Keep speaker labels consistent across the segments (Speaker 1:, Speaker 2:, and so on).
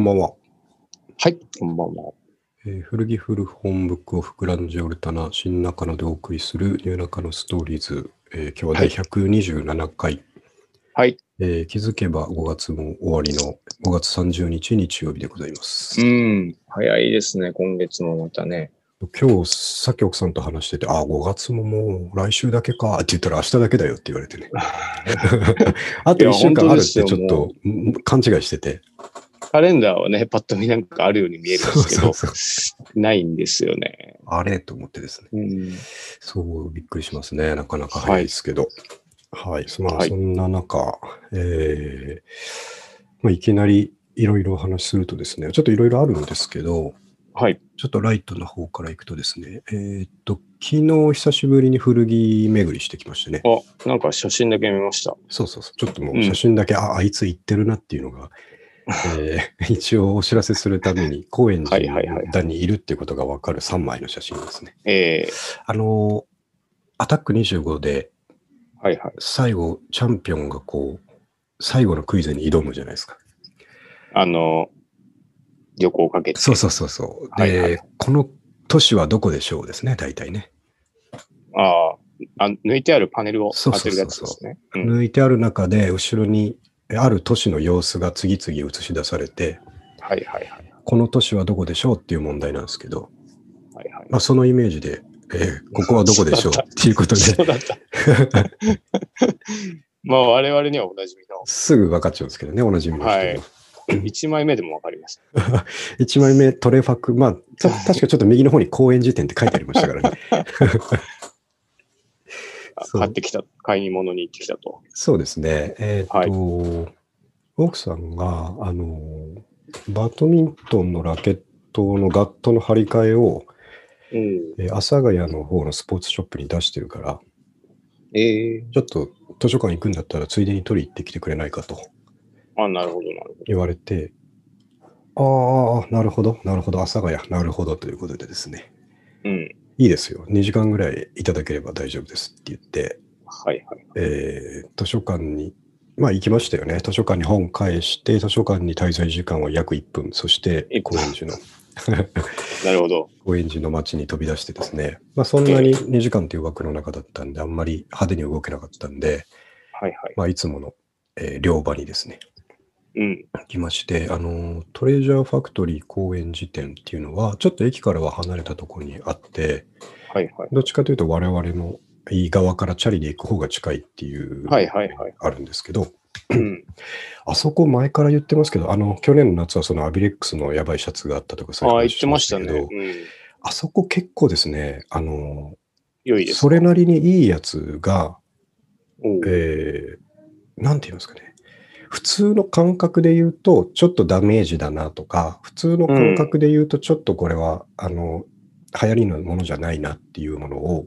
Speaker 1: んばんは。
Speaker 2: はい、こんばんは。
Speaker 1: えー古着古本ブックオフグランジオルタナ新中野でお送りするニューナカのストーリーズ、えー今日は第127回、
Speaker 2: はい。
Speaker 1: えー気づけば5月も終わりの5月30日日曜日でございます。
Speaker 2: うん。早いですね、今月もまたね。
Speaker 1: 今日さっき奥さんと話してて、あ、5月ももう来週だけかって言ったら明日だけだよって言われ てね。 あと1週間あるってちょっとん勘違いしてて。
Speaker 2: カレンダーはね、パッと見なんかあるように見えるんですけど、
Speaker 1: そうそう
Speaker 2: ないんですよね。
Speaker 1: あれと思ってですね。
Speaker 2: うん。
Speaker 1: そう、びっくりしますね。なかなか早いですけど。はい。そまあ
Speaker 2: はい
Speaker 1: そんな中、えーまあ、いきなりいろいろお話しするとですね、ちょっといろいろあるんですけど、
Speaker 2: はい。
Speaker 1: ちょっとライトの方からいくとですね、えーっと、昨日久しぶりに古着巡りしてきましてね。
Speaker 2: あ、なんか写真だけ見ました。
Speaker 1: そうそうそう。ちょっとも
Speaker 2: う
Speaker 1: うん写真だけ、あ、あいつ行ってるなっていうの が、えー一応お知らせするために、高円
Speaker 2: はいはいはいはい
Speaker 1: 寺にいるっていうことがわかる3枚の写真ですね。
Speaker 2: ええ
Speaker 1: あのー、アタック25で
Speaker 2: はいはい。
Speaker 1: 最後、チャンピオンがこう、最後のクイズに挑むじゃないですか。
Speaker 2: あの、横をかけて。
Speaker 1: そうそうそうそう。で、
Speaker 2: はいはい
Speaker 1: この都市はどこでしょうですね、大体ね。
Speaker 2: ああ、あ抜いてあるパネルを
Speaker 1: そ
Speaker 2: 当
Speaker 1: うそ
Speaker 2: て
Speaker 1: う
Speaker 2: る
Speaker 1: そ
Speaker 2: や
Speaker 1: う
Speaker 2: つ
Speaker 1: そう
Speaker 2: ですね。うん
Speaker 1: 抜いてある中で、後ろにえある都市の様子が次々映し出されて、
Speaker 2: はいはいはい。
Speaker 1: この都市はどこでしょうっていう問題なんですけど、
Speaker 2: はいはい。
Speaker 1: まあ、そのイメージで、えーここはどこでしょうっていう ことで、
Speaker 2: そうだった。 まあ、我々にはおなじみの
Speaker 1: すぐ分かっちゃうんですけどね、おなじみの人も。
Speaker 2: はい1枚目でもわかります。
Speaker 1: 1枚目、トレファク、まあ、た確かちょっと右の方に公園辞典って書いてありましたからね。
Speaker 2: あ
Speaker 1: そう
Speaker 2: 買ってきた、買い物に行ってきたと。
Speaker 1: そうですね。えーっと、奥さんが、あの、バドミントンのラケットのガットの張り替えを、
Speaker 2: うん。
Speaker 1: えー阿佐ヶ谷の方のスポーツショップに出してるから、
Speaker 2: ええ
Speaker 1: ちょっと図書館行くんだったら、ついでに取り行ってきてくれないかと。
Speaker 2: あ、なるほど、なるほど。
Speaker 1: 言われて、ああ、なるほど、なるほど、阿佐ヶ谷、なるほどということでですね、
Speaker 2: うん。
Speaker 1: いいですよ、2時間ぐらいいただければ大丈夫ですって言って、
Speaker 2: はいはい。
Speaker 1: えー図書館に、まあ行きましたよね、図書館に本返して、図書館に滞在時間は約1分、そして
Speaker 2: 1分
Speaker 1: 高円寺の、
Speaker 2: なるほど。
Speaker 1: 高円寺の街に飛び出してですね、まあそんなに2時間という枠の中だったんで、あんまり派手に動けなかったんで、
Speaker 2: はいはい。
Speaker 1: まあいつもの、えー両場にですね、
Speaker 2: うん。
Speaker 1: 来まして、あの、トレジャーファクトリー公園寺店っていうのは、ちょっと駅からは離れたところにあって、
Speaker 2: はいはい。
Speaker 1: どっちかというと我々のいい側からチャリで行く方が近いっていう、
Speaker 2: はいはいはい。
Speaker 1: あるんですけど、
Speaker 2: うん。
Speaker 1: あそこ前から言ってますけど、あの、去年の夏はそのアビレックスのやばいシャツがあったとか
Speaker 2: あ
Speaker 1: そういう
Speaker 2: あ、
Speaker 1: 話
Speaker 2: 言ってましたね。
Speaker 1: けど
Speaker 2: うん。
Speaker 1: あそこ結構ですね、あの、
Speaker 2: 良いです。
Speaker 1: それなりにいいやつが、
Speaker 2: おう
Speaker 1: えー、なんて言いますかね。普通の感覚で言うと、ちょっとダメージだなとか、普通の感覚で言うと、ちょっとこれは、あの、流行りのものじゃないなっていうものを、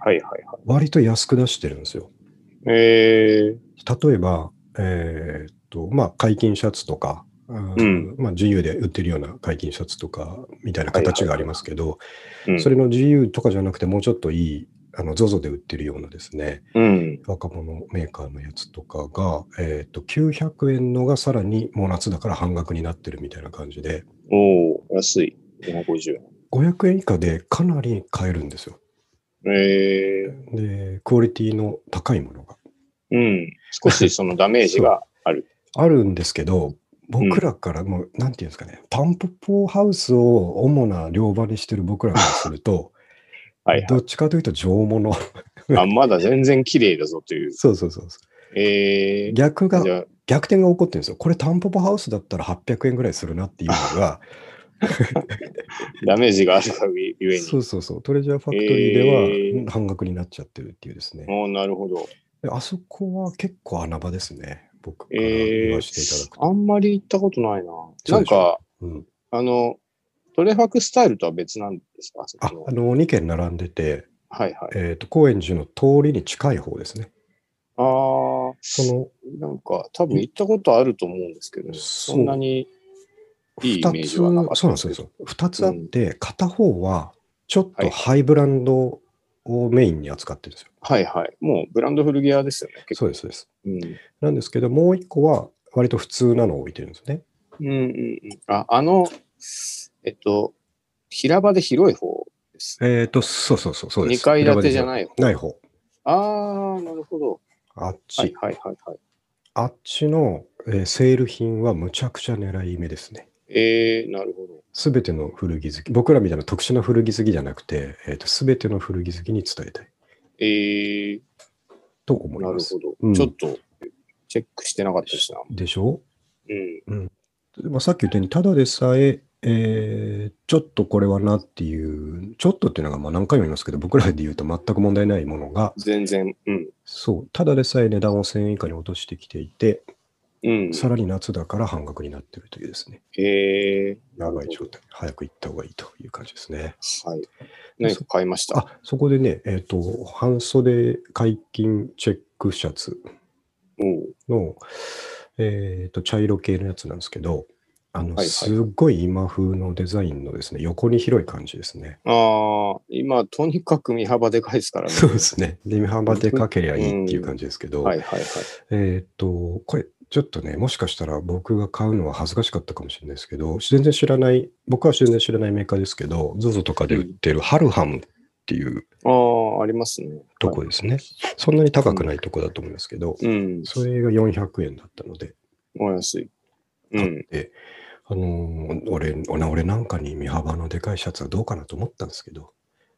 Speaker 2: はいはいは
Speaker 1: 割と安く出してるんですよ。
Speaker 2: い。ええ
Speaker 1: 例えば、えーっと、まあ、解禁シャツとか、うん
Speaker 2: うん
Speaker 1: まあ、自由で売ってるような解禁シャツとかみたいな形がありますけど、
Speaker 2: うん。
Speaker 1: それの自由とかじゃなくて、もうちょっといい、あの、ZOZO で売ってるようなですね、
Speaker 2: うん。
Speaker 1: 若者メーカーのやつとかが、えー、と900円のがさらにもう夏だから半額になってるみたいな感じで
Speaker 2: おお安い。250円。
Speaker 1: 500円以下でかなり買えるんですよ
Speaker 2: ええ
Speaker 1: でクオリティの高いものが
Speaker 2: うん。少しそのダメージがある。
Speaker 1: あるんですけど僕らからもう、なんていうんですかねタンポポハウスを主な両場にしてる僕らからすると
Speaker 2: はいは
Speaker 1: どっちかというと上物
Speaker 2: い。あ、まだ全然綺麗だぞという。
Speaker 1: そうそうそうそ
Speaker 2: ええ
Speaker 1: う逆が
Speaker 2: じゃあ
Speaker 1: 逆転が起こってるんですよこれタンポポハウスだったら800円ぐらいするなっていうのが
Speaker 2: ダメージがあるがゆえ
Speaker 1: そ
Speaker 2: に。
Speaker 1: うそうそう、トレジャーファクトリーで
Speaker 2: え
Speaker 1: は半額になっちゃってるっていうですね。
Speaker 2: おおなるほど。
Speaker 1: であそこは結構穴場ですね、僕から
Speaker 2: え
Speaker 1: 言
Speaker 2: え
Speaker 1: わせていただくと。
Speaker 2: あんまり行ったことないな。
Speaker 1: しょ
Speaker 2: なんか、
Speaker 1: うん
Speaker 2: あの、トレファクスタイルとは別なんですかそ
Speaker 1: あ
Speaker 2: の
Speaker 1: あの2軒並んでて、
Speaker 2: はいはい。
Speaker 1: えーと、高円寺の通りに近い方ですね。
Speaker 2: ああ、
Speaker 1: その
Speaker 2: なんか多分行ったことあると思うんですけど、
Speaker 1: そう
Speaker 2: そんなにいいイメー
Speaker 1: 2つ、
Speaker 2: ジ
Speaker 1: そう
Speaker 2: は
Speaker 1: な
Speaker 2: なんか
Speaker 1: で
Speaker 2: った
Speaker 1: すよそう2つあって、片方はちょっとハイブランドをメインに扱ってるんですよ。
Speaker 2: はいはい。もうブランド古着屋ですよね、結
Speaker 1: そ
Speaker 2: 構。
Speaker 1: うです、そうです。
Speaker 2: うん、
Speaker 1: なんですけど、もう1個は割と普通なのを置いてるんですね。
Speaker 2: うんうんうん。あ、あの、えっと、平場で広い方です。
Speaker 1: えっ、と、そうそうそう、そうで
Speaker 2: 二
Speaker 1: す。
Speaker 2: 階建てじゃ
Speaker 1: い。
Speaker 2: ない方。
Speaker 1: ない方。
Speaker 2: ああ、なるほど。
Speaker 1: あっち、
Speaker 2: はいはいはいはい。
Speaker 1: あっちの、えーセール品はむちゃくちゃ狙い目ですね。
Speaker 2: ええなるほど。
Speaker 1: すべての古着好き、僕らみたいな特殊な古着好きじゃなくて、えー、と全ての古着好きに伝えたい
Speaker 2: ええ
Speaker 1: と思い
Speaker 2: な
Speaker 1: ま
Speaker 2: る
Speaker 1: す
Speaker 2: ほ。ど、
Speaker 1: うん
Speaker 2: ちょっとチェックしてなかったですな。
Speaker 1: でしょ
Speaker 2: うん。
Speaker 1: まあ、さっき言ったように、ただでさええーちょっとこれはなっていう、ちょっとっていうのがまあ何回も言いますけど、僕らで言うと全く問題ないものが、
Speaker 2: 全然。うん。
Speaker 1: そう、ただでさえ値段を1000円以下に落としてきていて、
Speaker 2: うん。
Speaker 1: さらに夏だから半額になってるというですね、
Speaker 2: ええ
Speaker 1: やばい状態、早く行った方がいいという感じですね。
Speaker 2: はい。何か買いました。
Speaker 1: あそこでね、えっ、と、半袖解禁チェックシャツ
Speaker 2: おう
Speaker 1: の、えっ、と、茶色系のやつなんですけど、あの、
Speaker 2: はいはい
Speaker 1: すっごい今風のデザインのですね、横に広い感じですね。
Speaker 2: ああ、今、とにかく身幅でかいですからね。
Speaker 1: そうですね。で、見幅でかけりゃいいっていう感じですけど、
Speaker 2: はいはいはい。
Speaker 1: えーっと、これ、ちょっとね、もしかしたら僕が買うのは恥ずかしかったかもしれないですけど、全然知らない、僕は全然知らないメーカーですけど、ZOZO とかで売ってるハルハムっていう
Speaker 2: ああ、ありますね。
Speaker 1: とこですね。そんなに高くないとこだと思いますけど、
Speaker 2: うん。
Speaker 1: それが400円だったので、
Speaker 2: お安い。うん。
Speaker 1: あのー俺、俺俺なんかに身幅のでかいシャツはどうかなと思ったんですけど、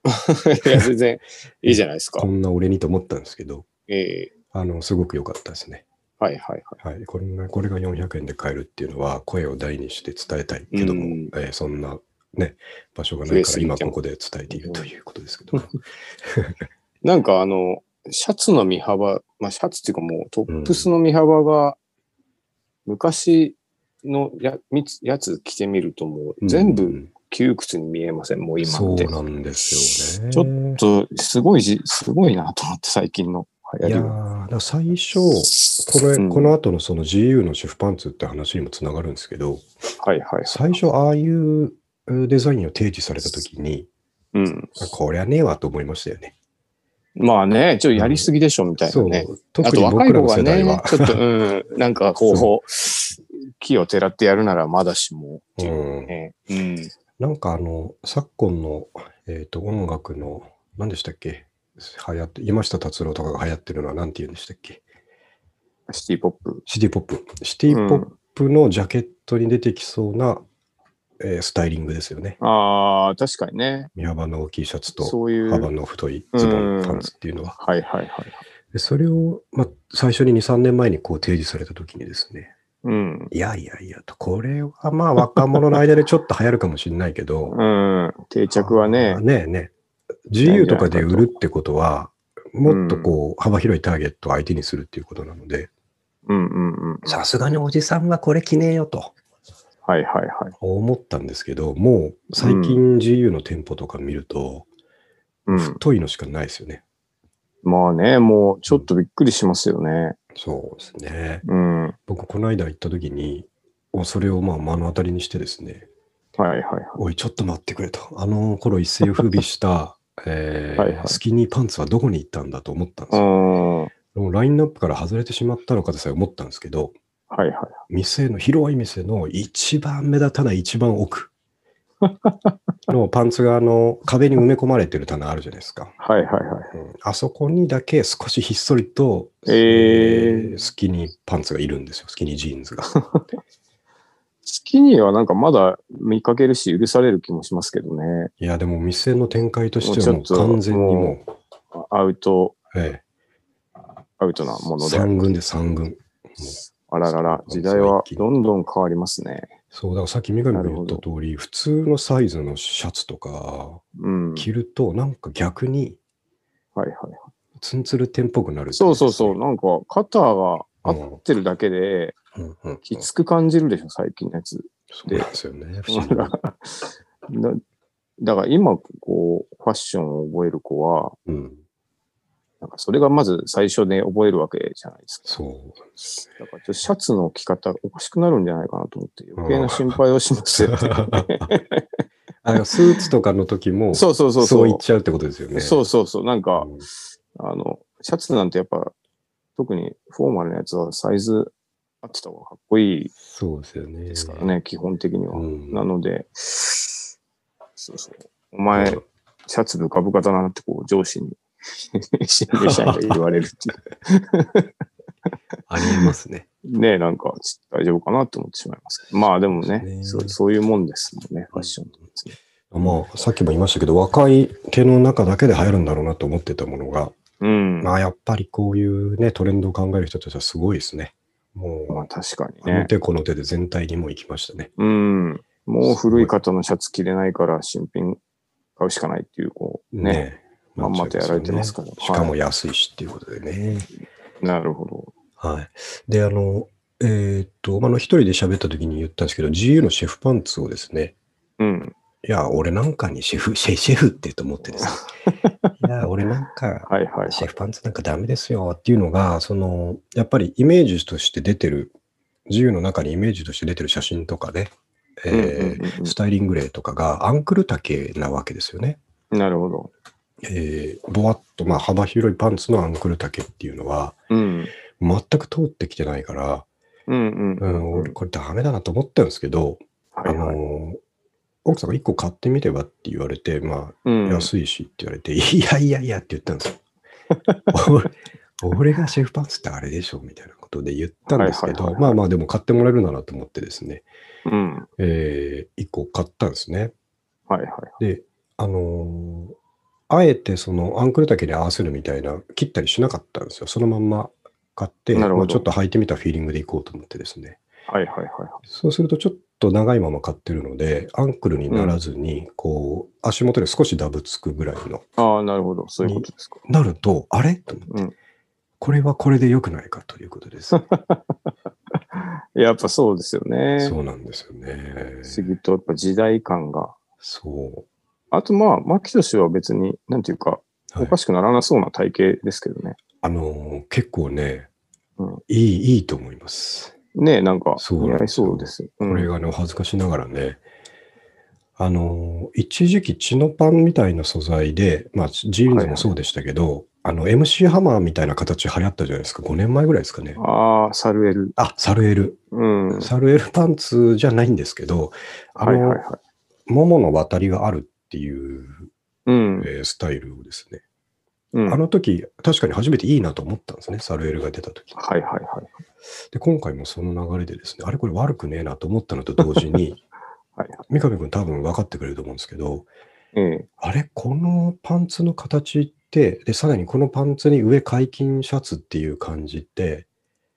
Speaker 2: いや、全然いいじゃないですか
Speaker 1: こ。んな俺にと思ったんですけど、
Speaker 2: ええ
Speaker 1: あの、すごく良かったですね。
Speaker 2: はいはいは
Speaker 1: はい、これがこれが400円で買えるっていうのは声を大にして伝えたいけども、
Speaker 2: うん
Speaker 1: えーそんな、ね、場所がな
Speaker 2: 増
Speaker 1: い
Speaker 2: え
Speaker 1: か
Speaker 2: す
Speaker 1: ら
Speaker 2: ぎち
Speaker 1: 今
Speaker 2: ゃう
Speaker 1: ここで伝えているということですけども、
Speaker 2: い。なんかあの、シャツの身幅、まあシャツっていうかもうトップスの身幅が、昔のやみつやつ着てみるともう全
Speaker 1: う
Speaker 2: 部
Speaker 1: ん
Speaker 2: 窮屈に見えません、もう
Speaker 1: そ
Speaker 2: 今
Speaker 1: う
Speaker 2: って。
Speaker 1: なんですよね。
Speaker 2: ちょっと、すごいじ、すごいなと思って最近の流
Speaker 1: いや
Speaker 2: 行りは。
Speaker 1: ーだから最初これ、
Speaker 2: うん
Speaker 1: この後のその GU の主婦パンツって話にもつながるんですけど、
Speaker 2: はいはい。
Speaker 1: 最初ああいうえーデザインを提示されたときに、
Speaker 2: うん。
Speaker 1: あこりゃねえわと思いましたよね。
Speaker 2: まあね、ちょっとやりすぎでしょ、みたいな
Speaker 1: そう
Speaker 2: ね。、あ
Speaker 1: 特
Speaker 2: と
Speaker 1: に
Speaker 2: 若
Speaker 1: 僕
Speaker 2: い
Speaker 1: ら
Speaker 2: 子
Speaker 1: の
Speaker 2: が
Speaker 1: 世代
Speaker 2: ね
Speaker 1: は、。
Speaker 2: ちょっ と、うん、なんかこう、木をてらってやるならまだしも、
Speaker 1: うん
Speaker 2: ね。うん。
Speaker 1: なんかあの、昨今の、えー、と音楽の、何でしたっけ流行って、山下達郎とかが流行ってるのは何て言うんでしたっけ
Speaker 2: シティポップ。
Speaker 1: シティポップ。シティポップのジャケットに出てきそうな、えースタイリングですよね。
Speaker 2: ああ、確かにね。
Speaker 1: 身幅の大きいシャツと
Speaker 2: そういう。
Speaker 1: 幅の太いズボ
Speaker 2: うん
Speaker 1: ン、パンツっていうのは。
Speaker 2: はいはいはい。
Speaker 1: でそれを、まあ、最初に2、3年前にこう提示された時にですね、
Speaker 2: うん。
Speaker 1: いやいやいやと、これはまあ若者の間でちょっと流行るかもしれないけど、
Speaker 2: うん。定着はね
Speaker 1: あ。ねえねえ。GU とかで売るってことは、もっとこう、幅広いターゲットを相手にするっていうことなので、
Speaker 2: うんうんうん。
Speaker 1: さすがにおじさんはこれ着ねえよと
Speaker 2: はいはいはい。
Speaker 1: 思ったんですけど、もう最近 GU の店舗とか見ると、
Speaker 2: うん。
Speaker 1: 太いのしかないですよね。
Speaker 2: まあね、もうちょっとびっくりしますよね。
Speaker 1: そうですね。
Speaker 2: うん。はい
Speaker 1: 僕、この間行った時に、おそれをまあ目の当たりにしてですね、
Speaker 2: はいはい。
Speaker 1: おい、ちょっと待ってくれと。あの頃一世を風靡 した、えー
Speaker 2: はいはい
Speaker 1: スキニーパンツはどこに行ったんだと思ったんですよ。
Speaker 2: うん。はい
Speaker 1: もうラインナップから外れてしまったのかとさえ思ったんですけど、
Speaker 2: はい。
Speaker 1: 店の、広い店の一番目立たない一番奥のパンツがあの壁に埋め込まれてる棚あるじゃないですか。
Speaker 2: はいはいはい。
Speaker 1: うんあそこにだけ少しひっそりと、
Speaker 2: えー
Speaker 1: ースキニーパンツがいるんですよ、スキニージーン ズが。
Speaker 2: スキニーはなんかまだ見かけるし許される気もしますけどね。
Speaker 1: いや、でも店の展開としてはも
Speaker 2: もう
Speaker 1: う
Speaker 2: ちょっと
Speaker 1: 完全にもう、
Speaker 2: あアウト、
Speaker 1: え
Speaker 2: アウトなも
Speaker 1: え、
Speaker 2: ので。
Speaker 1: 3軍で3軍。
Speaker 2: あららら、時代はどんどん変わりますね。
Speaker 1: そう、だからさっき三上が言った通り、普通のサイズのシャツとか
Speaker 2: うん。はい
Speaker 1: 着ると、なんか逆に、
Speaker 2: はい。
Speaker 1: ツンツルテンっぽくなるっていか。
Speaker 2: そうそうそう。なんか肩が合ってるだけで
Speaker 1: うんうんうん
Speaker 2: きつく感じるでしょ、最近のやつ。
Speaker 1: そうなんですよね。不思議な
Speaker 2: だ だから今、こう、ファッションを覚える子は、
Speaker 1: うん、
Speaker 2: なんかそれがまず最初で覚えるわけじゃないですか。
Speaker 1: そ
Speaker 2: だからちょっとシャツの着方おかしくなるんじゃないかなと思って余計な心配をしま
Speaker 1: う。
Speaker 2: すよ ね。
Speaker 1: あのスーツとかの時も、
Speaker 2: そうそうそう
Speaker 1: そう
Speaker 2: そう
Speaker 1: 言っちゃうってことですよね。
Speaker 2: そううそうそう。なんか、
Speaker 1: ん
Speaker 2: あの、シャツなんてやっぱ、特にフォーマルなやつはサイズ合ってた方がかっこいい
Speaker 1: そうですよね。
Speaker 2: ですからね、基本的には。
Speaker 1: うん
Speaker 2: なので、そうそう。お前、シャツブカブカだなって、こう、上司に 新入社員が言われるってい
Speaker 1: ありえますね。
Speaker 2: う。ねなんか、ち大丈夫かなって思ってしまいますけど。まあ、でも
Speaker 1: そう
Speaker 2: ね
Speaker 1: です
Speaker 2: そ
Speaker 1: ね
Speaker 2: う、そういうもんですもんね、ファッションってね
Speaker 1: まあ、さっきも言いましたけど、若い手の中だけで流行るんだろうなと思ってたものが、
Speaker 2: うん。
Speaker 1: ま
Speaker 2: ま
Speaker 1: あ、やっぱりこういうね、トレンドを考える人たちはすごいですね。も
Speaker 2: あ、確かに
Speaker 1: う、あの
Speaker 2: ね。
Speaker 1: 手この手で全体にもう行きましたね。
Speaker 2: うん。もう古い方のシャツ着れないから、新品買うしかないっていう、こう、ね。
Speaker 1: え
Speaker 2: まんまとやられてますから
Speaker 1: なっちゃいよねしかも安いしっていうことでね。
Speaker 2: なるほど。
Speaker 1: はい。で、あの、えーっと、あの、一人で喋った時に言ったんですけど、GU のシェフパンツをですね、
Speaker 2: うん。
Speaker 1: いや、俺なんかにシェフ、シェシェフってと思って ですね。いや、俺なんか、
Speaker 2: はいはいはい。
Speaker 1: シェフパンツなんかダメですよっていうのが、その、やっぱりイメージとして出てる、自由の中にイメージとして出てる写真とかね、え
Speaker 2: うん
Speaker 1: ー
Speaker 2: うんうん
Speaker 1: スタイリング例とかがアンクル丈なわけですよね。
Speaker 2: うんなるほど。
Speaker 1: えー、ぼわっと、まあ幅広いパンツのアンクル丈っていうのは、
Speaker 2: うん。
Speaker 1: 全く通ってきてないから、
Speaker 2: うんうん
Speaker 1: う、
Speaker 2: うんん。
Speaker 1: 俺これダメだなと思ったんですけど、
Speaker 2: はい
Speaker 1: あ
Speaker 2: はい。
Speaker 1: のー奥さんが1個買ってみればって言われて、まあ、
Speaker 2: うん
Speaker 1: 安いしって言われて、いやいやいやって言ったん ですよ。俺俺がシェフパンツってあれでしょみたいなことで言ったんですけど、
Speaker 2: はいはいはいはい
Speaker 1: まあまあでも買ってもらえるならと思ってですね、
Speaker 2: うん。
Speaker 1: えー、1個買ったんですね。
Speaker 2: はいはい。
Speaker 1: で、あのーあえてそのアンクル丈に合わせるみたいな、切ったりしなかったんですよ。そのまんま買って、
Speaker 2: なるほど
Speaker 1: まあちょっと履いてみたフィーリングでいこうと思ってですね。
Speaker 2: はいはいは
Speaker 1: そうするとちょっと長いまま買ってるので、アンクルにならずに、こう、足元で少しダブつくぐらいの、
Speaker 2: い。ああ、なるほど。そういうことですか。
Speaker 1: なると、あれと思って、
Speaker 2: うん
Speaker 1: これはこれで良くないかということ です。そ
Speaker 2: やっぱそうですよね。
Speaker 1: うなんですよね
Speaker 2: 不。思議と、やっぱ時代感が。
Speaker 1: そ
Speaker 2: あとまあ、牧俊は別に、なんていうか、
Speaker 1: う。は
Speaker 2: お
Speaker 1: い
Speaker 2: かしくならなそうな体型ですけどね。
Speaker 1: あのー結構ね、
Speaker 2: うん
Speaker 1: いい、いいと思います。
Speaker 2: ねえ、なんか、
Speaker 1: そう
Speaker 2: 似合いそうですよ。う
Speaker 1: これ
Speaker 2: ん
Speaker 1: がね、お恥ずかしながらね、あのー一時期チノパンみたいな素材で、まあ、ジーンズもそうでしたけど、あの、MC ハマーみたいな形流行ったじゃないですか。5年前ぐらいですかね。
Speaker 2: ああ、サルエル。
Speaker 1: あ、サルエル。
Speaker 2: うん。はい
Speaker 1: サルエルパンツじゃないんですけど、あ
Speaker 2: はい
Speaker 1: の、
Speaker 2: はい。
Speaker 1: ももの渡りがあるっていう、
Speaker 2: うん。
Speaker 1: えースタイルをですね、
Speaker 2: うん
Speaker 1: あの時、確かに初めていいなと思ったんですね、サルエルが出た時。
Speaker 2: はいはいはい。
Speaker 1: で、今回もその流れでですね、あれこれ悪くねえなと思ったのと同時に、
Speaker 2: はい
Speaker 1: 三上君多分分かってくれると思うんですけど、
Speaker 2: ええ。
Speaker 1: あれ、このパンツの形って、で、さらにこのパンツに上解禁シャツっていう感じって、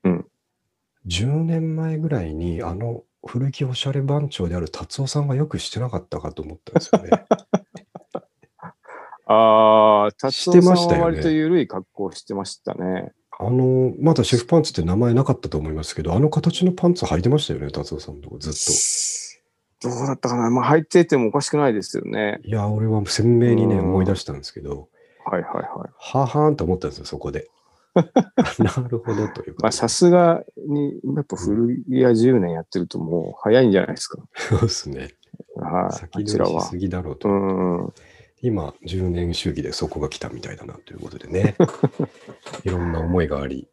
Speaker 2: うん
Speaker 1: 10年前ぐらいに、あの、古きおしゃれ番長である達夫さんがよくしてなかったかと思ったんですよ ね。
Speaker 2: ああ、達夫さん
Speaker 1: してました
Speaker 2: は
Speaker 1: よね
Speaker 2: 割と緩い格好してましたね。
Speaker 1: あの、まだシェフパンツって名前なかったと思いますけど、あの形のパンツ履いてましたよね、達夫さんのとこずっと。
Speaker 2: どうだったかな。まあ、入っててもおかしくないですよね。
Speaker 1: いや、俺は鮮明にね、
Speaker 2: うん
Speaker 1: 思い出したんですけど、
Speaker 2: はいはいはい。
Speaker 1: はあはーんと思ったんですよ、そ こで。 なるほどという
Speaker 2: ま
Speaker 1: か
Speaker 2: あ、。さすがに、やっぱ古着屋10年やってるともう早いんじゃないですか。
Speaker 1: そうですね。
Speaker 2: はい、あ
Speaker 1: 先
Speaker 2: ち
Speaker 1: 取
Speaker 2: ら
Speaker 1: りし
Speaker 2: は
Speaker 1: す。ぎだろうと
Speaker 2: う。ん。は
Speaker 1: 今、10年周期でそこが来たみたいだなということで ね。いろんな思いがあり、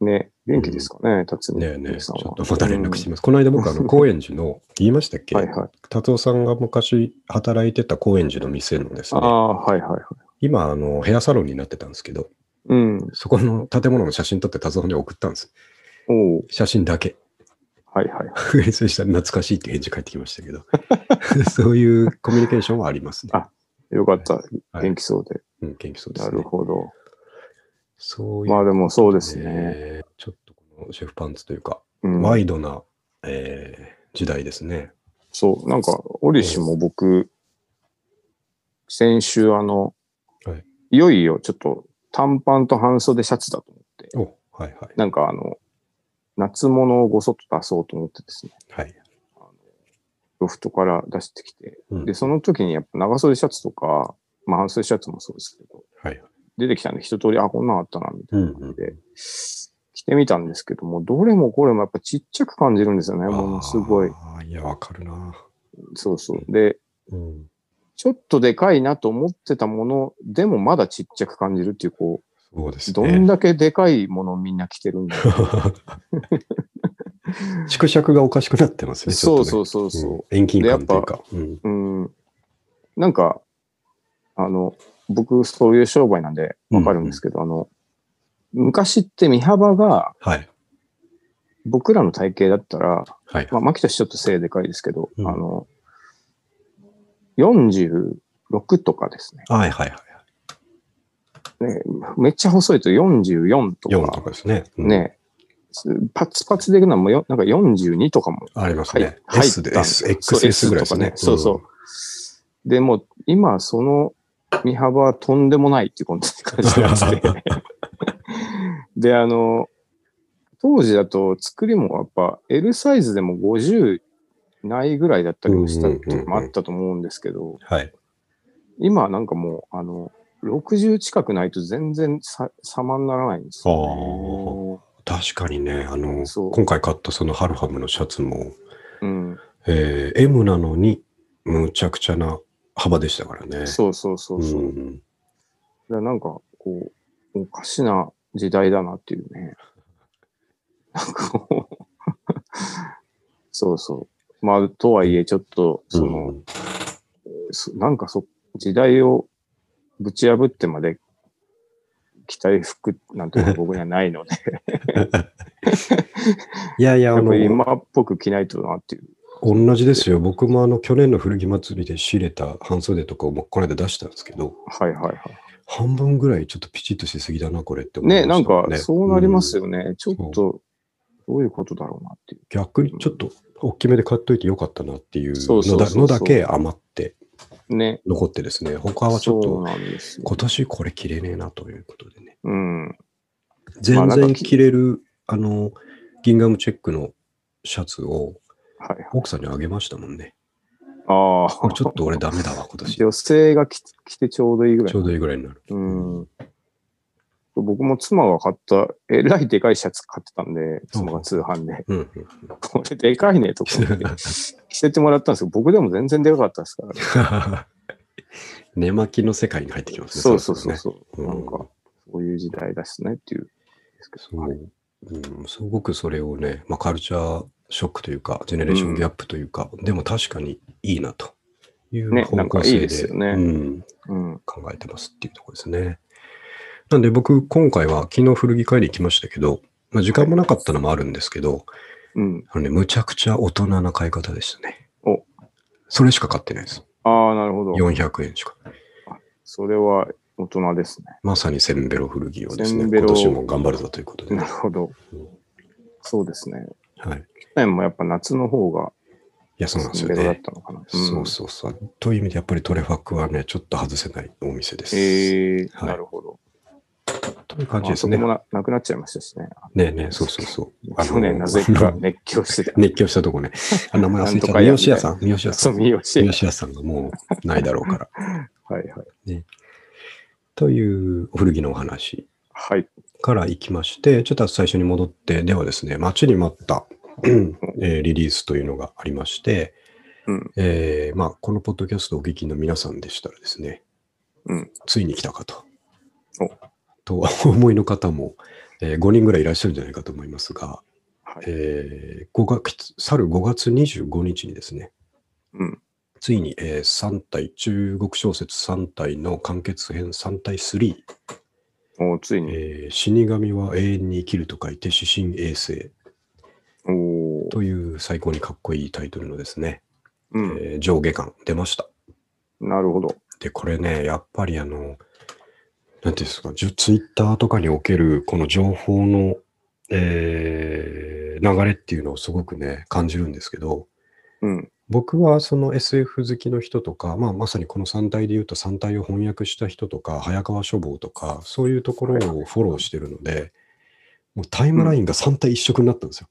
Speaker 2: ね、元気ですかね、辰
Speaker 1: ねえねえ、
Speaker 2: 巳
Speaker 1: ち
Speaker 2: さんは。
Speaker 1: ょっとまた連絡してみます。この間僕、あ の、高円寺の、言いましたっけ
Speaker 2: うんはいはい。
Speaker 1: 達夫さんが昔働いてた高円寺の店のです
Speaker 2: あ
Speaker 1: ね、
Speaker 2: あ、はいはいはい。
Speaker 1: 今、あの、ヘアサロンになってたんですけど、
Speaker 2: うん。
Speaker 1: そこの建物の写真撮って達夫に送ったんです。
Speaker 2: おう
Speaker 1: 写真だけ。
Speaker 2: はいはい。
Speaker 1: そしたら懐かしいって返事返ってきましたけ ど、そういうコミュニケーションはありますね。
Speaker 2: あよかった。
Speaker 1: はい
Speaker 2: 元気そうで。
Speaker 1: うん、元気そうです
Speaker 2: な
Speaker 1: ね。
Speaker 2: るほど。
Speaker 1: そういう、
Speaker 2: まあでもそうですね。
Speaker 1: ちょっとこのシェフパンツというか、
Speaker 2: うん
Speaker 1: ワイドな、えー時代ですね。
Speaker 2: そう、なんか、折しも僕、先週、あの、
Speaker 1: はい
Speaker 2: いよいよちょっと短パンと半袖シャツだと思って、
Speaker 1: おはいはい。
Speaker 2: なんかあの、夏物をごそっと出そうと思ってですね、
Speaker 1: はい。
Speaker 2: ロフトから出してきて、
Speaker 1: うん
Speaker 2: で、その時にやっぱ長袖シャツとか、まあ半袖シャツもそうですけど、
Speaker 1: はい。
Speaker 2: 出てきたんで一通り、あ、こんなんあったな、みたいな感じ
Speaker 1: うん
Speaker 2: で、着てみたんですけども、どれもこれもやっぱちっちゃく感じるんですよね、ものすごい。
Speaker 1: あー。いや、わかるな。
Speaker 2: そうそう。で、
Speaker 1: うん。
Speaker 2: ちょっとでかいなと思ってたものでもまだちっちゃく感じるっていう、こ
Speaker 1: そうで
Speaker 2: う、
Speaker 1: す
Speaker 2: どん
Speaker 1: ね。
Speaker 2: だけでかいものをみんな着てるんだろう
Speaker 1: は 縮尺がおかしくなってますね、ち
Speaker 2: そ
Speaker 1: ょっ
Speaker 2: う
Speaker 1: とね。
Speaker 2: そうそうそ
Speaker 1: うん遠近感というか。うん
Speaker 2: う。うん。なんか、あの、僕、そういう商売なんで、わかるんですけど、あの、昔って身幅が、
Speaker 1: はい。
Speaker 2: 僕らの体型だったら、
Speaker 1: はい。
Speaker 2: まあ、牧田氏ちょっと背でかいですけど、
Speaker 1: うん
Speaker 2: あの、46とかですね。
Speaker 1: はいはいはい。
Speaker 2: ねめっちゃ細いと44と
Speaker 1: 4と
Speaker 2: か、
Speaker 1: かですね。うん。
Speaker 2: ね、パツパツでいくのはもうよ、なんか42とかも
Speaker 1: ありますね。
Speaker 2: はい
Speaker 1: S で、
Speaker 2: 入った
Speaker 1: S、
Speaker 2: そう
Speaker 1: XS ぐらいで
Speaker 2: と
Speaker 1: す
Speaker 2: か
Speaker 1: ね。
Speaker 2: そうそう。でもう、今、その身幅はとんでもないっていう感じなんです ね。で、あの、当時だと作りもやっぱ L サイズでも50ないぐらいだったりもしたっていうのもあったと思うんですけど、
Speaker 1: はい。
Speaker 2: 今はなんかもう、あの、60近くないと全然さ様にならないんですよ、
Speaker 1: 確かにね、あの、
Speaker 2: そう
Speaker 1: 今回買ったそのハルハムのシャツも、
Speaker 2: ね。うん。
Speaker 1: えー M なのに、むちゃくちゃな幅でしたからね。
Speaker 2: そうそうそうそう。だか
Speaker 1: ん
Speaker 2: らなんか、こう、おかしな時代だなってい うね。なんかこう、そうそう。まあ、とはいえ、ちょっと、そ
Speaker 1: う
Speaker 2: の、
Speaker 1: ん
Speaker 2: そなんかそ、時代をぶち破ってまで着たい服なんて僕にはないので、
Speaker 1: いやいや、あ
Speaker 2: やっぱ
Speaker 1: の、
Speaker 2: り今っぽく着ないとなっていう。
Speaker 1: 同じですよ。僕もあの、去年の古着祭りで仕入れた半袖とかをもうこの間出したんですけど、
Speaker 2: はいはいはい。
Speaker 1: 半分ぐらいちょっとピチッとしすぎだな、これって思いま
Speaker 2: ね、
Speaker 1: した
Speaker 2: な
Speaker 1: も
Speaker 2: んかそうなります
Speaker 1: うん
Speaker 2: よね。ちょっと、どういうことだろうなっていう。
Speaker 1: 逆にちょっと大きめで買っといてよかったなっていう
Speaker 2: そう
Speaker 1: の
Speaker 2: そうそう
Speaker 1: だ
Speaker 2: そう
Speaker 1: のだけ余って
Speaker 2: ね。
Speaker 1: 残ってですね、他はちょっ
Speaker 2: そう
Speaker 1: と
Speaker 2: なんですよ
Speaker 1: 今年これ着れねえなということでね。
Speaker 2: うん。
Speaker 1: 全
Speaker 2: まあなん
Speaker 1: 然
Speaker 2: か
Speaker 1: 着れる、あの、ギンガムチェックのシャツを
Speaker 2: はい。
Speaker 1: 奥さんにあげましたもんね。
Speaker 2: あ
Speaker 1: これ
Speaker 2: あ。
Speaker 1: ちょっと俺ダメだわ、今年。
Speaker 2: 女性が着て着てちょうどいいぐらい
Speaker 1: ちょ。うどいいぐらいになる。
Speaker 2: うん。僕も妻が買った、えらいでかいシャツ買ってたんで、妻が通販で。
Speaker 1: うんうん
Speaker 2: これでかいねとか思って着せてもらったんですけど、僕でも全然でかかったですから、ね。
Speaker 1: 寝巻きの世界に入ってきますね。
Speaker 2: そうそうそ
Speaker 1: ろろねう
Speaker 2: うそう、
Speaker 1: ん
Speaker 2: なんか、そういう時代だしねっていう。
Speaker 1: そう、うん。すごくそれをね、まあ、カルチャーショックというか、ジェネレーションギャップというか、でも確かにいいなという
Speaker 2: ね
Speaker 1: 方
Speaker 2: なん
Speaker 1: 向
Speaker 2: かいい
Speaker 1: 性
Speaker 2: です
Speaker 1: で
Speaker 2: よね
Speaker 1: うん
Speaker 2: うん。
Speaker 1: 考えてますっていうところですね。なんで僕、今回は昨日古着買いに行きましたけど、まあ、時間もなかったのもあるんですけど、
Speaker 2: うん。
Speaker 1: あのね、むちゃくちゃ大人な買い方でしたね。
Speaker 2: お
Speaker 1: それしか買ってないです。
Speaker 2: ああ、なるほど。
Speaker 1: 400円しか。
Speaker 2: それは大人ですね。
Speaker 1: まさにセンベロ古着をですね、
Speaker 2: センベ
Speaker 1: 今
Speaker 2: ロ
Speaker 1: 年も頑張るぞということで、
Speaker 2: な
Speaker 1: ね
Speaker 2: る。ほど。そうですね。
Speaker 1: はい。い
Speaker 2: 去年もやっぱ夏の方が、
Speaker 1: や、そうなんですよ
Speaker 2: ベロだ
Speaker 1: ね
Speaker 2: っ。たのかな。
Speaker 1: そうそうそう。という意味で、やっぱりトレファクはね、ちょっと外せないお店です。
Speaker 2: ええ
Speaker 1: はい
Speaker 2: なるほど。
Speaker 1: という感じ
Speaker 2: まあ
Speaker 1: です
Speaker 2: そ
Speaker 1: ね。
Speaker 2: こ
Speaker 1: ね
Speaker 2: もななくなっちゃいましたしね。
Speaker 1: えねえ、そうそうそう。あの
Speaker 2: 去年なぜか熱狂してた。
Speaker 1: 熱狂したと こね。あ名前忘れちゃった。三
Speaker 2: なんとか屋
Speaker 1: 好屋さん。三好屋さ
Speaker 2: そ
Speaker 1: ん。
Speaker 2: う、
Speaker 1: 三
Speaker 2: 三好。
Speaker 1: 好屋さんがもうないだろう から。
Speaker 2: はいはい。
Speaker 1: というお古着のお話
Speaker 2: はい。
Speaker 1: から行きまして、ちょっと最初に戻って、ではですね、待ちに待 った、うんえーリリースというのがありまして、
Speaker 2: うん。
Speaker 1: えーまあ、このポッドキャストをお聞きの皆さんでしたらですね、
Speaker 2: うん。
Speaker 1: ついに来たかと
Speaker 2: お。
Speaker 1: とお思いの方も、えー5人ぐらいいらっしゃるんじゃないかと思いますが、
Speaker 2: はい。
Speaker 1: えー5月、去る5月25日にですね、
Speaker 2: うん。
Speaker 1: ついに、え3体、中国小説3体の完結編3体3、
Speaker 2: おーついに。
Speaker 1: えー死神は永遠に生きると書いて、指針衛星
Speaker 2: おー
Speaker 1: という最高にかっこいいタイトルのですね、
Speaker 2: うん。
Speaker 1: えー上下巻出ました。
Speaker 2: なるほど。
Speaker 1: で、これね、やっぱりあの、なんていうんですか、ツイッターとかにおけるこの情報の、えー流れっていうのをすごくね、感じるんですけど、
Speaker 2: うん。
Speaker 1: 僕はその SF 好きの人とか、まあ、まさにこの3体で言うと3体を翻訳した人とか、早川書房とか、そういうところをフォローしてるので、もうタイムラインが3体一色になったんですよ。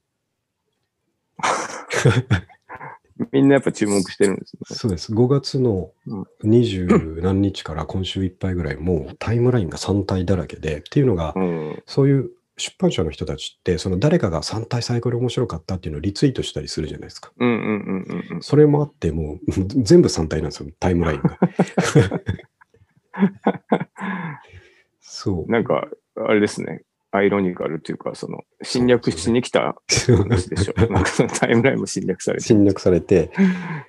Speaker 2: みんなやっぱ注目してるんですね。
Speaker 1: そうです。5月の
Speaker 2: うん
Speaker 1: 20何日から今週いっぱいぐらい、もうタイムラインが3体だらけで、っていうのが、
Speaker 2: うん。
Speaker 1: そういう出版社の人たちって、その誰かが3体最高に面白かったっていうのをリツイートしたりするじゃないですか。
Speaker 2: うんうんうんうんうん。
Speaker 1: それもあって、もう全部3体なんですよ、タイムラインが。そう。
Speaker 2: なんか、あれですね。アイロニカルというか、その、侵略しに来た話でしょ。なんかそのタイムラインも侵略されて。
Speaker 1: 侵略されて、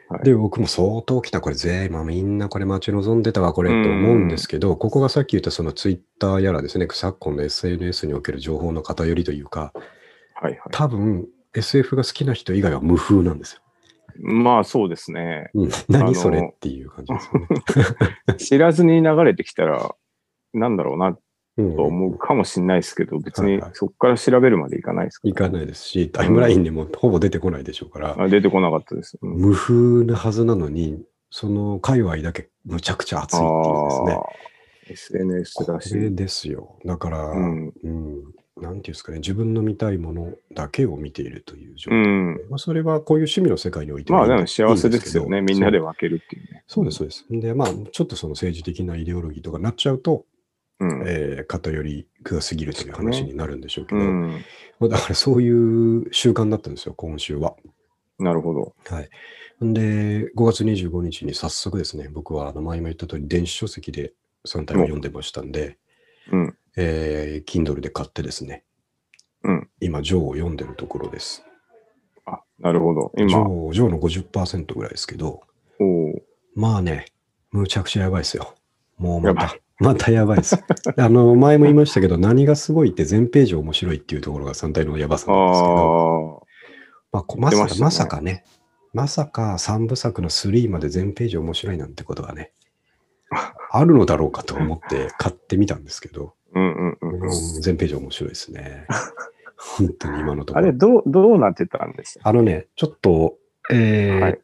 Speaker 2: はい
Speaker 1: で、僕も相当来た、これ全員、まあ、みんなこれ待ち望んでたわ、これと思うんですけど、ここがさっき言ったそのツイッターやらですね、昨今の SNS における情報の偏りというか、
Speaker 2: はいはい。
Speaker 1: 多分 SF が好きな人以外は無風なんですよ。
Speaker 2: まあそうですね。
Speaker 1: うん
Speaker 2: あの
Speaker 1: 何それっていう感じですよね。
Speaker 2: 知らずに流れてきたら、なんだろうな
Speaker 1: うん
Speaker 2: と思うかもしれないですけど、別
Speaker 1: はい
Speaker 2: に
Speaker 1: はい
Speaker 2: そこから調べるまでいかないです
Speaker 1: いかないですし、タイムラインでもほぼ出てこないでしょうから、
Speaker 2: あ出てこなかったです。うん
Speaker 1: 無風なはずなのに、その界隈だけむちゃくちゃ熱いっていうですね
Speaker 2: あ。ー SNS だ
Speaker 1: これ
Speaker 2: し。
Speaker 1: ですよ。だから、
Speaker 2: う
Speaker 1: うん、
Speaker 2: ん。
Speaker 1: なんていうんですかね、自分の見たいものだけを見ているという状
Speaker 2: う
Speaker 1: 態。
Speaker 2: ん。
Speaker 1: まあ、それはこういう趣味の世界において
Speaker 2: ま
Speaker 1: は
Speaker 2: あ
Speaker 1: いい
Speaker 2: で
Speaker 1: ん
Speaker 2: も幸せですよね。
Speaker 1: いいけど
Speaker 2: みんなで分けるっていうね。
Speaker 1: そうそうです、そうです。で、まあ、ちょっとその政治的なイデオロギーとかになっちゃうと、
Speaker 2: うん。
Speaker 1: えー偏りが過ぎるという話になるんでしょうけ
Speaker 2: う
Speaker 1: ど、
Speaker 2: ん。
Speaker 1: まあだからそういう習慣だったんですよ、今週は。
Speaker 2: なるほど。
Speaker 1: はい。んで、5月25日に早速ですね、僕はあの前も言った通り、電子書籍で3体を読んでましたんで、
Speaker 2: うん。
Speaker 1: えー、Kindle で買ってですね、
Speaker 2: うん
Speaker 1: 今、ジョーを読んでるところです。
Speaker 2: あ、なるほど。
Speaker 1: ジョ
Speaker 2: 今、
Speaker 1: ー、ジョーの50%ぐらいですけど、
Speaker 2: おー
Speaker 1: まあね、むちゃくちゃやばいですよ。もうま
Speaker 2: やば
Speaker 1: た、またやばい です。あの、前も言いましたけど、何がすごいって全ページ面白いっていうところが3体のやばさなんですけど、
Speaker 2: ああ。
Speaker 1: まあこまさ
Speaker 2: 言っ
Speaker 1: か
Speaker 2: てまし
Speaker 1: ま
Speaker 2: たね
Speaker 1: さかね、まさか3部作の3まで全ページ面白いなんてことがね、あるのだろうかと思って買ってみたんですけど、
Speaker 2: うんうんうん。
Speaker 1: うん全ページ面白いですね。本当に今のとこ
Speaker 2: あ
Speaker 1: ろ。
Speaker 2: れ、どう、どうなってたんでした
Speaker 1: あのね、ちょっと、えー
Speaker 2: はい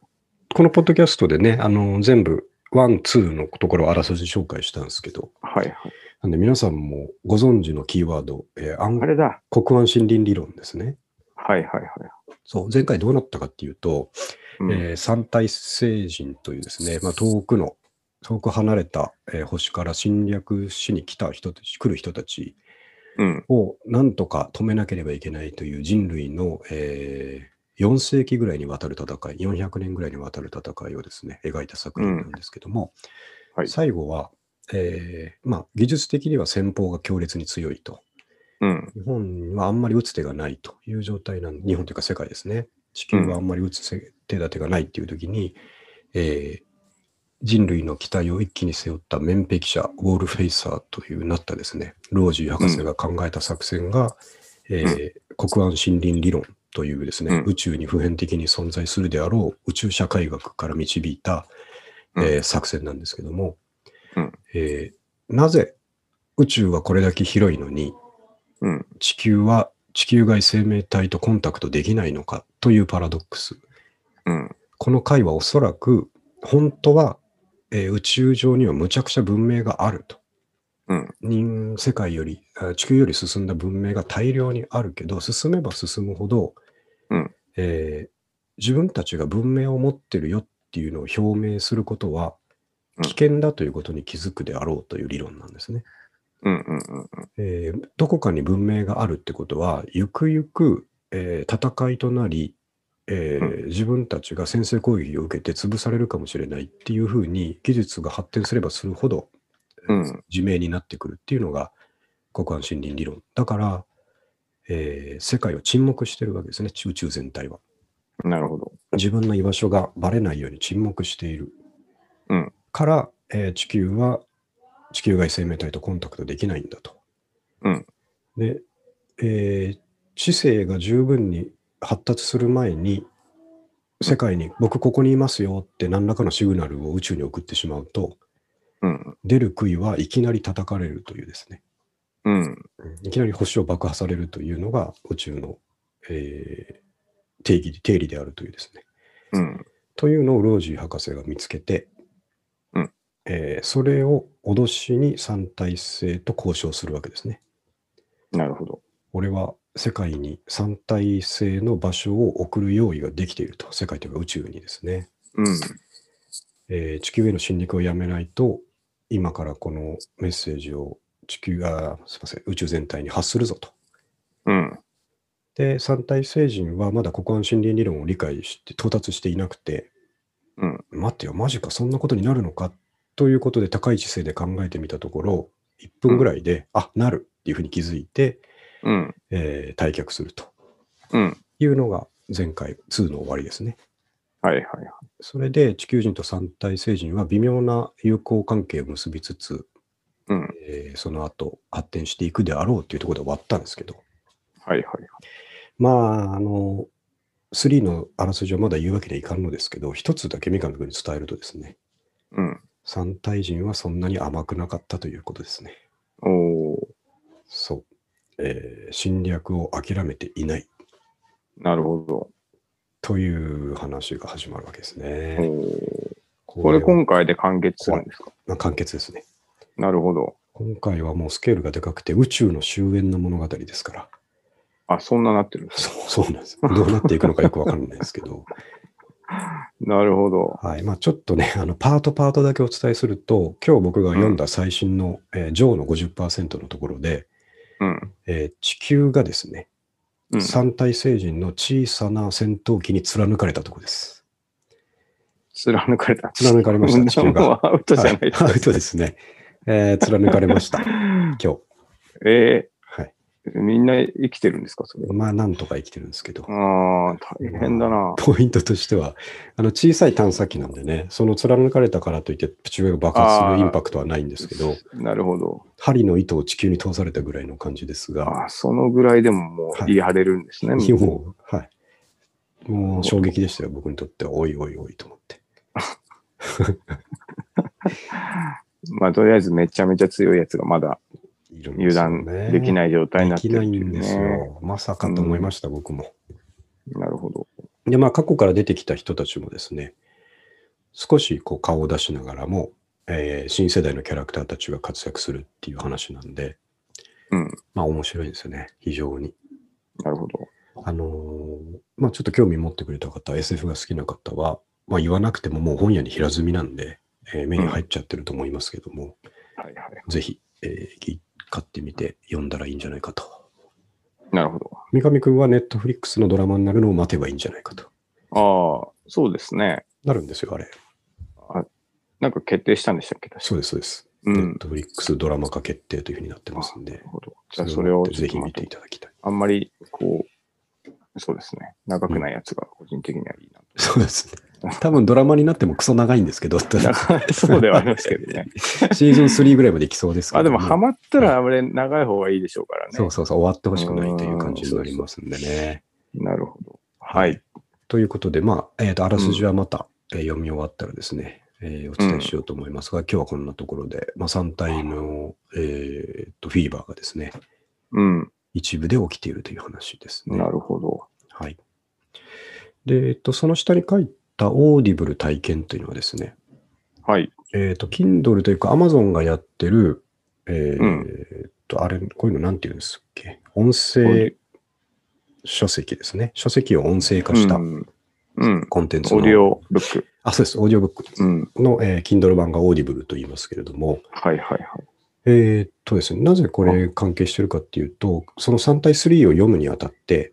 Speaker 1: このポッドキャストでね、あの、全部、ワン、ツーのところをあらすじ紹介したんですけど、
Speaker 2: はいはい。
Speaker 1: なんで皆さんもご存知のキーワード、えー暗
Speaker 2: あれだ。
Speaker 1: 黒暗森林理論ですね。
Speaker 2: はいはいはい。
Speaker 1: そう、前回どうなったかっていうと、
Speaker 2: うん
Speaker 1: えー三体星人というですね、まあ、遠くの、遠く離れた、えー星から侵略しに来た人たち、来る人たち
Speaker 2: うん。
Speaker 1: をなんとか止めなければいけないという人類の、えー4世紀ぐらいにわたる戦い、400年ぐらいにわたる戦いをですね、描いた作品なんですけども、
Speaker 2: うんはい
Speaker 1: 最後は、えーまあ、技術的には先方が強烈に強いと、
Speaker 2: うん。
Speaker 1: 日本はあんまり打つ手がないという状態なん日本というか世界ですね。地球はあんまり打つせ手立てがないっていう時に、えー人類の期待を一気に背負った面壁者、ウォールフェイサーというなったですね、ロージー博士が考えた作戦が、えー国安森林理論というですね、
Speaker 2: うん
Speaker 1: 宇宙に普遍的に存在するであろう宇宙社会学から導いた、
Speaker 2: うん
Speaker 1: えー作戦なんですけども、
Speaker 2: うん
Speaker 1: えーなぜ宇宙はこれだけ広いのに、
Speaker 2: うん。
Speaker 1: 地球は地球外生命体とコンタクトできないのかというパラドックス。
Speaker 2: うん。
Speaker 1: この回はおそらく本当は、えー宇宙上にはむちゃくちゃ文明があると。
Speaker 2: うん。
Speaker 1: 人世界より、あ地球より進んだ文明が大量にあるけど、進めば進むほど、
Speaker 2: うん
Speaker 1: えー自分たちが文明を持ってるよっていうのを表明することは
Speaker 2: うん
Speaker 1: 危険だということに気づくであろうという理論なんですね。
Speaker 2: うん。うん。うん。
Speaker 1: えーどこかに文明があるってことは、ゆくゆく、えー戦いとなり、えー自分たちが先制攻撃を受けて潰されるかもしれないっていうふうに技術が発展すればするほど、
Speaker 2: うん
Speaker 1: 自明になってくるっていうのが国安森林理論。だから、えー世界は沈黙してるわけですね、宇宙全体は。
Speaker 2: なるほど。
Speaker 1: 自分の居場所がバレないように沈黙している。
Speaker 2: うん
Speaker 1: から、えー地球は地球外生命体とコンタクトできないんだと。
Speaker 2: うん
Speaker 1: で、えー知性が十分に発達する前に、世界に僕ここにいますよって何らかのシグナルを宇宙に送ってしまうと、
Speaker 2: うん。
Speaker 1: 出る杭はいきなり叩かれるというですね、
Speaker 2: うん。
Speaker 1: いきなり星を爆破されるというのが宇宙の、えー定義、定理であるというですね。
Speaker 2: うん。
Speaker 1: というのをロージー博士が見つけて、
Speaker 2: うん
Speaker 1: えーそれを脅しに三体性と交渉するわけですね。
Speaker 2: なるほど。
Speaker 1: 俺は世界に三体性の場所を送る用意ができていると、世界というか宇宙にですね。
Speaker 2: うん。
Speaker 1: えー地球への侵略をやめないと、今からこのメッセージを地球が、すいません、宇宙全体に発するぞと。
Speaker 2: うん。
Speaker 1: で、三体星人はまだ国安心理理論を理解して、到達していなくて、
Speaker 2: うん
Speaker 1: 待ってよ、マジか、そんなことになるのかということで、高い知性で考えてみたところ、1分ぐらいで、あなるっていうふうに気づいて、
Speaker 2: うん。
Speaker 1: えー退却すると
Speaker 2: うん。
Speaker 1: いうのが前回2の終わりですね。
Speaker 2: はいはい
Speaker 1: それで地球人と三体星人は微妙な友好関係を結びつつ、
Speaker 2: うん
Speaker 1: えーその後発展していくであろうというところで終わったんですけど、
Speaker 2: はいはい
Speaker 1: まあ、あの、3のあらすじはまだ言うわけにはいかんのですけど、一つだけ三上君に伝えるとですね、
Speaker 2: うん。
Speaker 1: 三体人はそんなに甘くなかったということですね。
Speaker 2: おー
Speaker 1: そう。えー侵略を諦めていない
Speaker 2: なるほど。
Speaker 1: という話が始まるわけです
Speaker 2: お
Speaker 1: ね。
Speaker 2: ー
Speaker 1: こ
Speaker 2: これ
Speaker 1: れは
Speaker 2: 今回で完結するんですか
Speaker 1: まあ完結ですね。
Speaker 2: なるほど。
Speaker 1: 今回はもうスケールがでかくて宇宙の終焉の物語ですから。
Speaker 2: あ、そんななってるんです
Speaker 1: そうそうなんです。どうなっていくのかよくわかんないですけど。
Speaker 2: なるほど。
Speaker 1: はい。まあちょっとね、あ の、パートパートだけお伝えすると、今日僕が読んだ最新の、えージョーの50%のところで、
Speaker 2: うん。
Speaker 1: えー地球がですね、
Speaker 2: うん、
Speaker 1: 三体星人の小さな戦闘機に貫かれたとこです。
Speaker 2: 貫かれた。
Speaker 1: 貫かれました 地球が
Speaker 2: もうアウトじゃないですか。
Speaker 1: はい、 そうですね。えー貫かれました。 今日。
Speaker 2: え
Speaker 1: はい。
Speaker 2: ーみんな生きてるんですかそれ。
Speaker 1: まあ、なんとか生きてるんですけど。
Speaker 2: ああ、大変だな。
Speaker 1: ポイントとしては、あの小さい探査機なんでね、その貫かれたからといって、プチウェが爆発す
Speaker 2: あ
Speaker 1: る
Speaker 2: ー
Speaker 1: インパクトはないんですけど、
Speaker 2: なるほど。
Speaker 1: 針の糸を地球に通されたぐらいの感じですが、
Speaker 2: あーそのぐらいでももう言い張れるんで すね。みんな
Speaker 1: もう、はい。もう衝撃でしたよ、僕にとっては。おいおいおいと思って。
Speaker 2: まあ、とりあえずめちゃめちゃ強いやつがまだ
Speaker 1: いるんで
Speaker 2: 油
Speaker 1: すよ
Speaker 2: 断
Speaker 1: ね
Speaker 2: できない状態にな
Speaker 1: で
Speaker 2: って
Speaker 1: き
Speaker 2: る
Speaker 1: ない
Speaker 2: っていうん
Speaker 1: です
Speaker 2: ね。
Speaker 1: よ。まさかと思いました、僕も。
Speaker 2: なるほど。
Speaker 1: で、まあ、過去から出てきた人たちもですね、少しこう顔を出しながらも、えー新世代のキャラクターたちが活躍するっていう話なんで、
Speaker 2: うん。
Speaker 1: まあ面白いですよね、非常に。
Speaker 2: なるほど。
Speaker 1: あのーまあちょっと興味持ってくれた方、SF が好きな方は、まあ言わなくてももう本屋に平積みなんで、えー目に入っちゃってると思いますけども、
Speaker 2: はいはい。
Speaker 1: ぜひ、えーぎ買ってみて読んだらいいんじゃないかと。
Speaker 2: なるほど。
Speaker 1: 三上くんはネットフリックスのドラマになるのを待てばいいんじゃないかと。
Speaker 2: ああ、そうですね。
Speaker 1: なるんですよ、あれ。
Speaker 2: なんか決定したんでしたっけ確か
Speaker 1: そうです、そうです。
Speaker 2: う
Speaker 1: ネ
Speaker 2: ん。な
Speaker 1: ットフリックスドラマ化決定というふうになってますんで
Speaker 2: る、ほど。じゃあ、それをちょ
Speaker 1: ぜ
Speaker 2: っと
Speaker 1: ひ
Speaker 2: ま
Speaker 1: 見
Speaker 2: た
Speaker 1: ていただきたい。
Speaker 2: あんまり、こう、そうですね。長くないやつが個人的にはいいなと。
Speaker 1: そうですね。多分ドラマになってもクソ長いんですけ ど、ただ
Speaker 2: そうではあります けどね。
Speaker 1: シーズン3ぐらいまでいきそうです
Speaker 2: まあでも、
Speaker 1: ね
Speaker 2: ハマったらあれ長い方がいいでしょうからね。
Speaker 1: そうそうそう、終わってほしくないという感じになりますんでね。
Speaker 2: なるほど。はい。
Speaker 1: ということで、まあ、えーと、あらすじはまた、えー読み終わったらですね、えーお伝えしようと思いますが、今日はこんなところで、まあ、3体の、えーと、フィーバーがですね、
Speaker 2: うん。
Speaker 1: 一部で起きているという話ですね
Speaker 2: な。るほど。
Speaker 1: はい。で、えっ、と、その下に書いたオーディブル体験というのはですね、
Speaker 2: はい。
Speaker 1: えっ、と、Kindle というか Amazon がやってる、えー
Speaker 2: う
Speaker 1: と、あれ、こういうのなんて言うんですっけ音声書籍ですね。書籍を音声化した
Speaker 2: うん。うん。
Speaker 1: コンテンツの、
Speaker 2: オーディオブック。
Speaker 1: あ、そうです。オーディオブック
Speaker 2: うん。
Speaker 1: の、えー Kindle 版がオーディブルと言いますけれども、
Speaker 2: はいはいはい。
Speaker 1: えっ、とですね、なぜこれ関係してるかっていうと、その3対3を読むにあたって、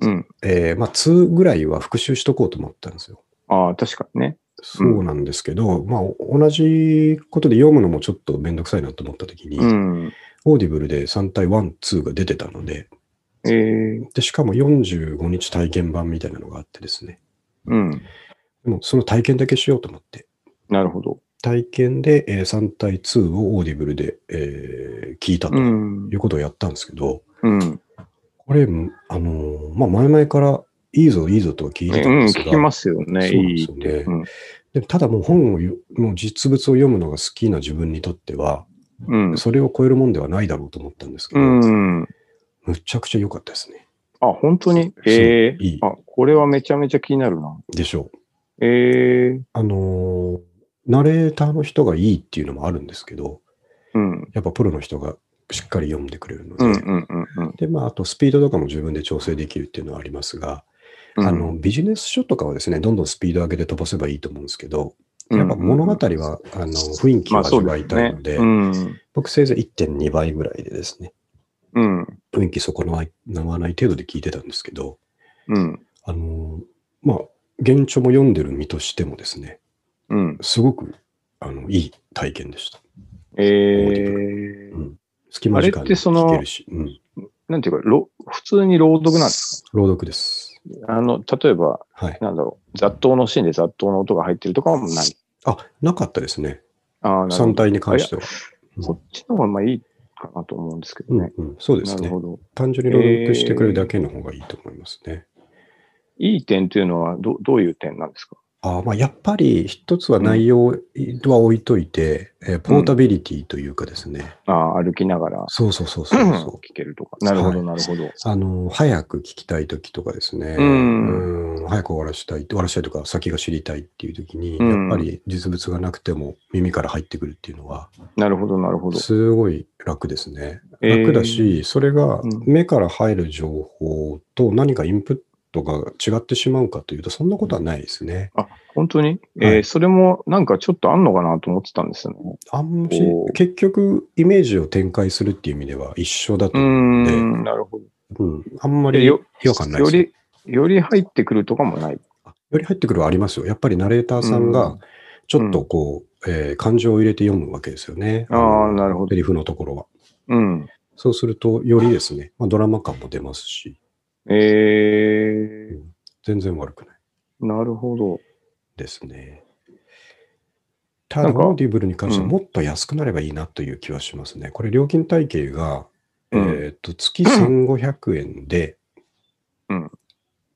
Speaker 2: うん。
Speaker 1: えーまあ2ぐらいは復習しとこうと思ったんですよ。
Speaker 2: ああ、確かにね。
Speaker 1: そうなんですけど、まあ、お同じことで読むのもちょっとめんどくさいなと思ったときに、
Speaker 2: うん。
Speaker 1: オーディブルで3対1、2が出てたので
Speaker 2: えー、
Speaker 1: で、しかも45日体験版みたいなのがあってですね、
Speaker 2: うん。
Speaker 1: でもその体験だけしようと思って、
Speaker 2: なるほど。
Speaker 1: 体験で、えー3対2をオーディブルで、えー聞いたと
Speaker 2: う
Speaker 1: い
Speaker 2: ん。
Speaker 1: うことをやったんですけど、
Speaker 2: うん。
Speaker 1: これ、あのーまあ、前々からいいぞ、いいぞとは聞いてた
Speaker 2: うんん、
Speaker 1: です
Speaker 2: 聞
Speaker 1: が、
Speaker 2: きますよね。
Speaker 1: そうなん
Speaker 2: い
Speaker 1: で
Speaker 2: い
Speaker 1: すよね
Speaker 2: って。うん
Speaker 1: でもただもう本をよ、もう実物を読むのが好きな自分にとっては、
Speaker 2: うん。
Speaker 1: それを超えるもんではないだろうと思ったんですけど、
Speaker 2: うん。
Speaker 1: むちゃくちゃ良かったですね。
Speaker 2: あ、本当に
Speaker 1: そう
Speaker 2: ええ
Speaker 1: いい
Speaker 2: あ、これはめちゃめちゃ気になるな。
Speaker 1: でしょう。
Speaker 2: ええ
Speaker 1: あのーナレーターの人がいいっていうのもあるんですけど、
Speaker 2: うん。
Speaker 1: やっぱプロの人がしっかり読んでくれるので、
Speaker 2: うんうんうんうん
Speaker 1: で、まあ、あとスピードとかも自分で調整できるっていうのはありますが、
Speaker 2: うん。
Speaker 1: あの、ビジネス書とかはですね、どんどんスピード上げて飛ばせばいいと思うんですけど、やっぱ物語
Speaker 2: うんうん
Speaker 1: は、あの、雰囲気を
Speaker 2: まあ
Speaker 1: 味
Speaker 2: そう
Speaker 1: わ
Speaker 2: で
Speaker 1: い
Speaker 2: す
Speaker 1: たい
Speaker 2: ね
Speaker 1: ので、
Speaker 2: うん。
Speaker 1: 僕せいぜい1.2倍ぐらいでですね、
Speaker 2: うん。
Speaker 1: 雰囲気損なわない程度で聞いてたんですけど、
Speaker 2: うん。
Speaker 1: あのーまあ、原著も読んでる身としてもですね、
Speaker 2: うん。
Speaker 1: すごくあのいい体験でした。
Speaker 2: ええ
Speaker 1: うん隙間時間
Speaker 2: あ
Speaker 1: に
Speaker 2: れってその
Speaker 1: 聞けるし。うん
Speaker 2: なんていうか、ろ普通に朗読なんです
Speaker 1: 朗読です。
Speaker 2: かあの、例えば、
Speaker 1: はい。
Speaker 2: なんだろう、雑踏のシーンで雑踏の音が入ってるとかはもうない。
Speaker 1: あ、なかったですね。
Speaker 2: ああ、なるほ
Speaker 1: 三
Speaker 2: ど。
Speaker 1: 体に関しては。
Speaker 2: そっちの方がまあいいかなと思うんですけど
Speaker 1: うん
Speaker 2: ね。
Speaker 1: うん、そうです
Speaker 2: なる
Speaker 1: ね。
Speaker 2: ほど。
Speaker 1: 単純に朗読してくれるだけの方がいいと思いますね。
Speaker 2: いい点というのはど、どういう点なんですか
Speaker 1: あーまあ、やっぱり一つは内容は置いといて、えーポータビリティというかですね、
Speaker 2: ああ、歩きながら
Speaker 1: そうそうそうそうそう、
Speaker 2: 聞けるとか。なるほど、
Speaker 1: は
Speaker 2: なるほど。
Speaker 1: あの早く聞きたい時とかですね、
Speaker 2: うん
Speaker 1: うん早く終わらしたい終わらしたいとか先が知りたいっていう時に、
Speaker 2: うん
Speaker 1: やっぱり実物がなくても耳から入ってくるっていうのは
Speaker 2: なるほど、なるほど。
Speaker 1: すごい楽ですね。
Speaker 2: えー
Speaker 1: 楽だし、それが
Speaker 2: うん
Speaker 1: 目から入る情報と何かインプットが違ってしまうかというとそんなことはないですね。
Speaker 2: 本当に、えー
Speaker 1: はい
Speaker 2: それもなんかちょっとあんのかなと思ってたんですよね。
Speaker 1: あんまし
Speaker 2: おー
Speaker 1: 結局イメージを展開するっていう意味では一緒だと
Speaker 2: うー
Speaker 1: 思うんで、うん
Speaker 2: ん、なるほど。
Speaker 1: あんま
Speaker 2: え
Speaker 1: り
Speaker 2: よ
Speaker 1: 違和感ない
Speaker 2: よ
Speaker 1: ですね
Speaker 2: り、より入ってくるとかもない。
Speaker 1: あより入ってくるはありますよ。やっぱりナレーターさん
Speaker 2: う
Speaker 1: が
Speaker 2: ん、
Speaker 1: ちょっとこう、えー感情を入れて読むわけですよね。
Speaker 2: あー
Speaker 1: の
Speaker 2: なるほど
Speaker 1: セリフのところは。
Speaker 2: うん。
Speaker 1: そうすると、よりですね、まあ、ドラマ感も出ますし、
Speaker 2: えー、
Speaker 1: 全然悪くない
Speaker 2: なるほど。
Speaker 1: ですね。た
Speaker 2: な
Speaker 1: だ、
Speaker 2: んか
Speaker 1: オーディブルに関しては
Speaker 2: うん
Speaker 1: もっと安くなればいいなという気はしますね。これ、料金体系が、
Speaker 2: うん
Speaker 1: えっと、月1500円で
Speaker 2: うん、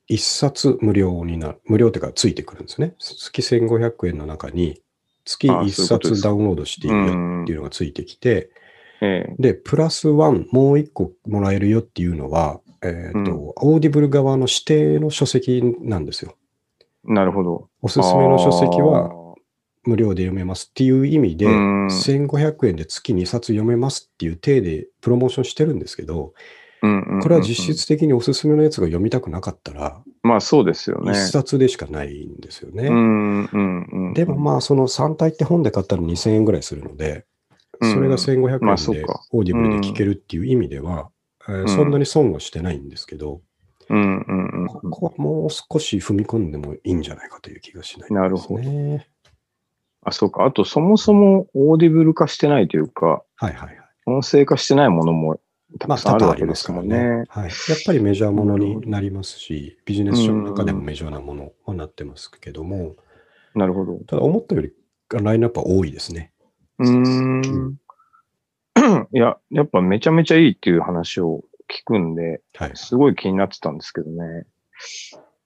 Speaker 1: 一冊無料になる、無料というか、ついてくるんですね。月1500円の中に、月
Speaker 2: あー
Speaker 1: 一
Speaker 2: そういうことです
Speaker 1: 冊ダウンロードしていいよ
Speaker 2: うん
Speaker 1: っていうのがついてきて、
Speaker 2: え
Speaker 1: で、プラスワン、もう一個もらえるよっていうのは、えっ、と、
Speaker 2: うん
Speaker 1: オーディブル側の指定の書籍なんですよ。
Speaker 2: ー、なるほど。
Speaker 1: お
Speaker 2: お
Speaker 1: すすめの書籍は、無料で読めますっていう意味で、
Speaker 2: うん
Speaker 1: 1500円で月2冊読めますっていう体でプロモーションしてるんですけど、
Speaker 2: うんうんうんうん
Speaker 1: これは実。質的におすすめのやつが読みたくなかったら、
Speaker 2: まあそうですよね
Speaker 1: 1。冊でしかないんですよね。
Speaker 2: うんうんうん。
Speaker 1: でもまあ、その3体って本で買ったら2000円ぐらいするので、
Speaker 2: うん
Speaker 1: それが1500
Speaker 2: まあそ
Speaker 1: 円
Speaker 2: う
Speaker 1: で
Speaker 2: か
Speaker 1: オーディブルで聞けるっていう意味では、えー
Speaker 2: ん
Speaker 1: そんなに損はしてないんですけど、
Speaker 2: うんうんうん
Speaker 1: ここはもう少し踏み込んでもいいんじゃないかという気がしない、
Speaker 2: なるほど
Speaker 1: ど。
Speaker 2: あ、そうか。あと、そもそもオーディブル化してないというか、
Speaker 1: はいはいはい。
Speaker 2: 音声化してないものもた
Speaker 1: ま
Speaker 2: く
Speaker 1: あ、
Speaker 2: さん
Speaker 1: 多々あ
Speaker 2: あるわけ
Speaker 1: り
Speaker 2: で
Speaker 1: ますすか
Speaker 2: も
Speaker 1: ら
Speaker 2: ん
Speaker 1: ね
Speaker 2: ね。
Speaker 1: はい。やっぱりメジャーものになりますし、ビジネス書の中でもメジャーなものはなってますけども、
Speaker 2: なるほど。
Speaker 1: ただ思ったよりラインナップは多いですね。
Speaker 2: うーん。 いや、やっぱめちゃめちゃいいっていう話を聞くんで、
Speaker 1: はい。
Speaker 2: すごい気になってたんですけどね。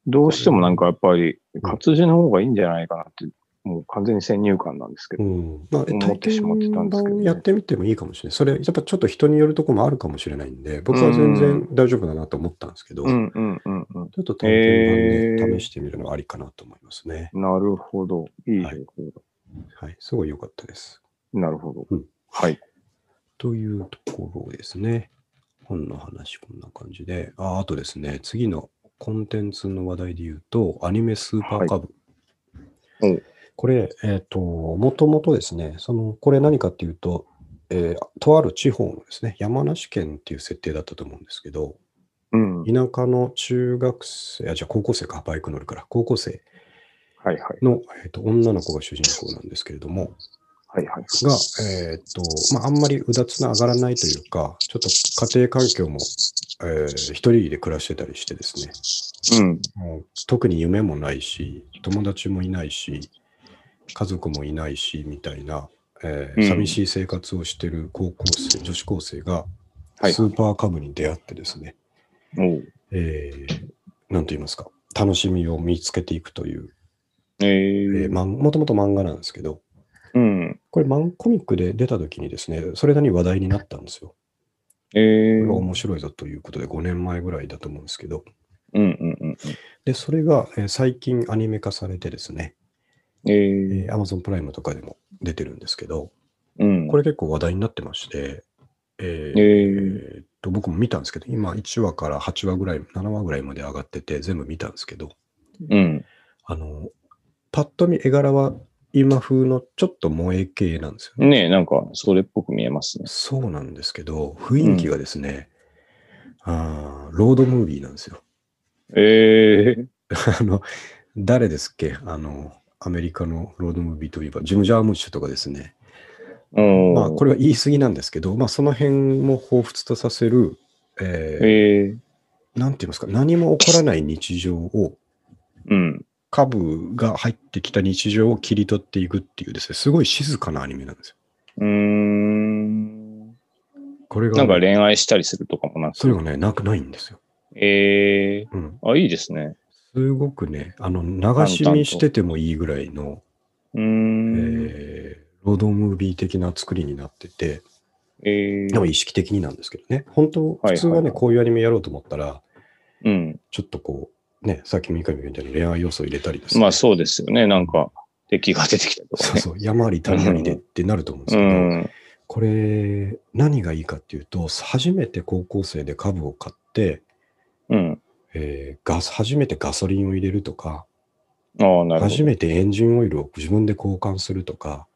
Speaker 2: どうしてもなんかやっぱり活字の方がいいんじゃないかなって、もう完全に先入観なんですけ
Speaker 1: う
Speaker 2: ど。
Speaker 1: ん。まあ、
Speaker 2: 思
Speaker 1: 体
Speaker 2: ってしまってた
Speaker 1: 験
Speaker 2: んですけど
Speaker 1: 版
Speaker 2: ね
Speaker 1: やってみてもいいかもしれない。それ、やっぱちょっと人によるとこもあるかもしれないんで、僕は全然大丈夫だなと思ったんですけど、
Speaker 2: うんうんうんうん。
Speaker 1: ちょっと体験版で試してみるのはありかなと思いますね。
Speaker 2: なるほど。いい情報だ、
Speaker 1: はい。すごい良かったです。
Speaker 2: なるほど。
Speaker 1: うん
Speaker 2: はい。
Speaker 1: というところですね。本の話、こんな感じで。ああとですね、次のコンテンツの話題で言うと、アニメスーパーカブ。
Speaker 2: はいお
Speaker 1: これ、えっ、と、もともとですね、その、これ何かっていうと、えーとある地方のですね、山梨県っていう設定だったと思うんですけど、
Speaker 2: うん。はい
Speaker 1: 田舎の中学生、あ、じゃあ高校生か、バイク乗るから、高校生
Speaker 2: はい。
Speaker 1: の、えー、と女の子が主人公なんですけれども、
Speaker 2: はいはい。
Speaker 1: が、えーっと、まあ、あんまりうだつの上がらないというか、ちょっと家庭環境も、えー一人で暮らしてたりしてですね、
Speaker 2: うん。
Speaker 1: もう特に夢もないし、友達もいないし、家族もいないし、みたいな、えー
Speaker 2: うん
Speaker 1: 寂しい生活をしてる高校生、女子高生が、
Speaker 2: はい
Speaker 1: スーパーカブに出会ってですね、
Speaker 2: おう
Speaker 1: えーなんと言いますか、楽しみを見つけていくという、
Speaker 2: え
Speaker 1: え
Speaker 2: ー
Speaker 1: ーまんもともと漫画なんですけど、
Speaker 2: うん。
Speaker 1: これマンコミックで出た時にですね、それなりに話題になったんですよ。
Speaker 2: えー
Speaker 1: これは面白いぞということで5年前ぐらいだと思うんですけど、
Speaker 2: うんうんうん。
Speaker 1: で、それが、えー最近アニメ化されてですね、
Speaker 2: えー
Speaker 1: えー Amazon プライムとかでも出てるんですけど、
Speaker 2: うん。
Speaker 1: これ結構話題になってまして、えー
Speaker 2: えー、
Speaker 1: えーっと僕も見たんですけど、今1話から8話ぐらい、7話ぐらいまで上がってて、全部見たんですけど、
Speaker 2: うん。
Speaker 1: あの、パッと見絵柄は今風のちょっと萌え系なんですよね
Speaker 2: ねえ、なんか、それっぽく見えますね。
Speaker 1: そうなんですけど、雰囲気がですね、あーロードムービーなんですよ。
Speaker 2: ええ
Speaker 1: あの、誰ですっけあの、アメリカのロードムービーといえば、ジム・ジャームッシュとかですね。
Speaker 2: ー。
Speaker 1: まあ、こ
Speaker 2: れ、
Speaker 1: れは言い過ぎなんですけど、まあ、その辺も彷彿とさせる、ええー
Speaker 2: ええ
Speaker 1: なんて言いますか、何も起こらない日常を、
Speaker 2: うん。
Speaker 1: 株が入ってきた日常を切り取っていくっていうですね、すごい静かなアニメなんです
Speaker 2: うーん。
Speaker 1: よ。これ
Speaker 2: な
Speaker 1: が、
Speaker 2: んか恋愛したりするとかもな
Speaker 1: それ
Speaker 2: く。
Speaker 1: がね、なくないんですよ。
Speaker 2: ええ
Speaker 1: うん。
Speaker 2: あ、いいですね。
Speaker 1: すごくね、あの、流し見しててもいいぐらいの、
Speaker 2: うーん。
Speaker 1: えーロードムービー的な作りになってて、
Speaker 2: ええ
Speaker 1: でも意識的になんですけどね、本当、
Speaker 2: いはい
Speaker 1: 普通はね、こういうアニメやろうと思ったら、
Speaker 2: うん。
Speaker 1: ちょっとこう、ね、さっき三上君みたいに恋愛要素を入れたりですね
Speaker 2: まあそうですよね。なんか、敵が出てきたりとか
Speaker 1: そう
Speaker 2: ね。
Speaker 1: そう、山あり谷ありでってなると思うんです
Speaker 2: う
Speaker 1: けど、
Speaker 2: ん。
Speaker 1: これ、何がいいかっていうと、初めて高校生で株を買って、
Speaker 2: うん。
Speaker 1: えーガス初めてガソリンを入れるとか、
Speaker 2: ああ、なるほ
Speaker 1: 初
Speaker 2: ど。
Speaker 1: めてエンジンオイルを自分で交換するとか、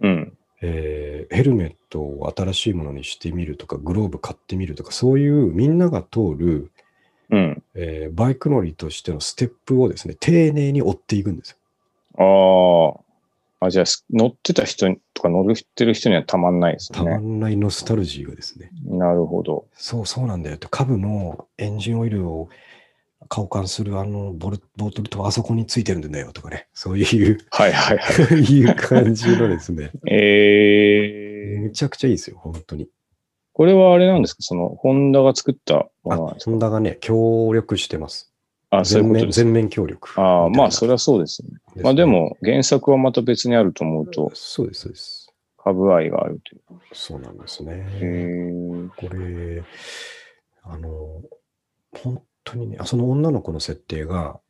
Speaker 2: うん。
Speaker 1: えーヘルメットを新しいものにしてみるとか、グローブ買ってみるとか、そういうみんなが通る
Speaker 2: うん。
Speaker 1: えーバイク乗りとしてのステップをですね、丁寧に追っていくんですよ。
Speaker 2: ああ。あ、じゃあ、す乗ってた人にとか乗ってる人にはたまんないです
Speaker 1: たま
Speaker 2: ね。
Speaker 1: んないノスタルジーがですね、
Speaker 2: なるほど。
Speaker 1: そうそうなんだよと、株のエンジンオイルを交換するあのボルボトルとあそこについてるんだよとかね、そういう、
Speaker 2: はいは いはい。
Speaker 1: いう感じのですね、
Speaker 2: ええ
Speaker 1: めちゃくちゃいいですよ、本当に。
Speaker 2: これはあれなんですかその、ホンダが作ったも
Speaker 1: あ
Speaker 2: のなんです
Speaker 1: ホンダがね、協力してます。
Speaker 2: かあ、そうい
Speaker 1: 全
Speaker 2: うこと
Speaker 1: 面
Speaker 2: です
Speaker 1: 全面協力。
Speaker 2: ああ、まあ、それはそうですね。
Speaker 1: すね
Speaker 2: まあで、も、原作はまた別にあると思うと、
Speaker 1: そうです、そうです。
Speaker 2: 株愛があるという。
Speaker 1: そうなんですね。
Speaker 2: へ
Speaker 1: これ、あの、本当にね、あその女の子の設定が、
Speaker 2: え。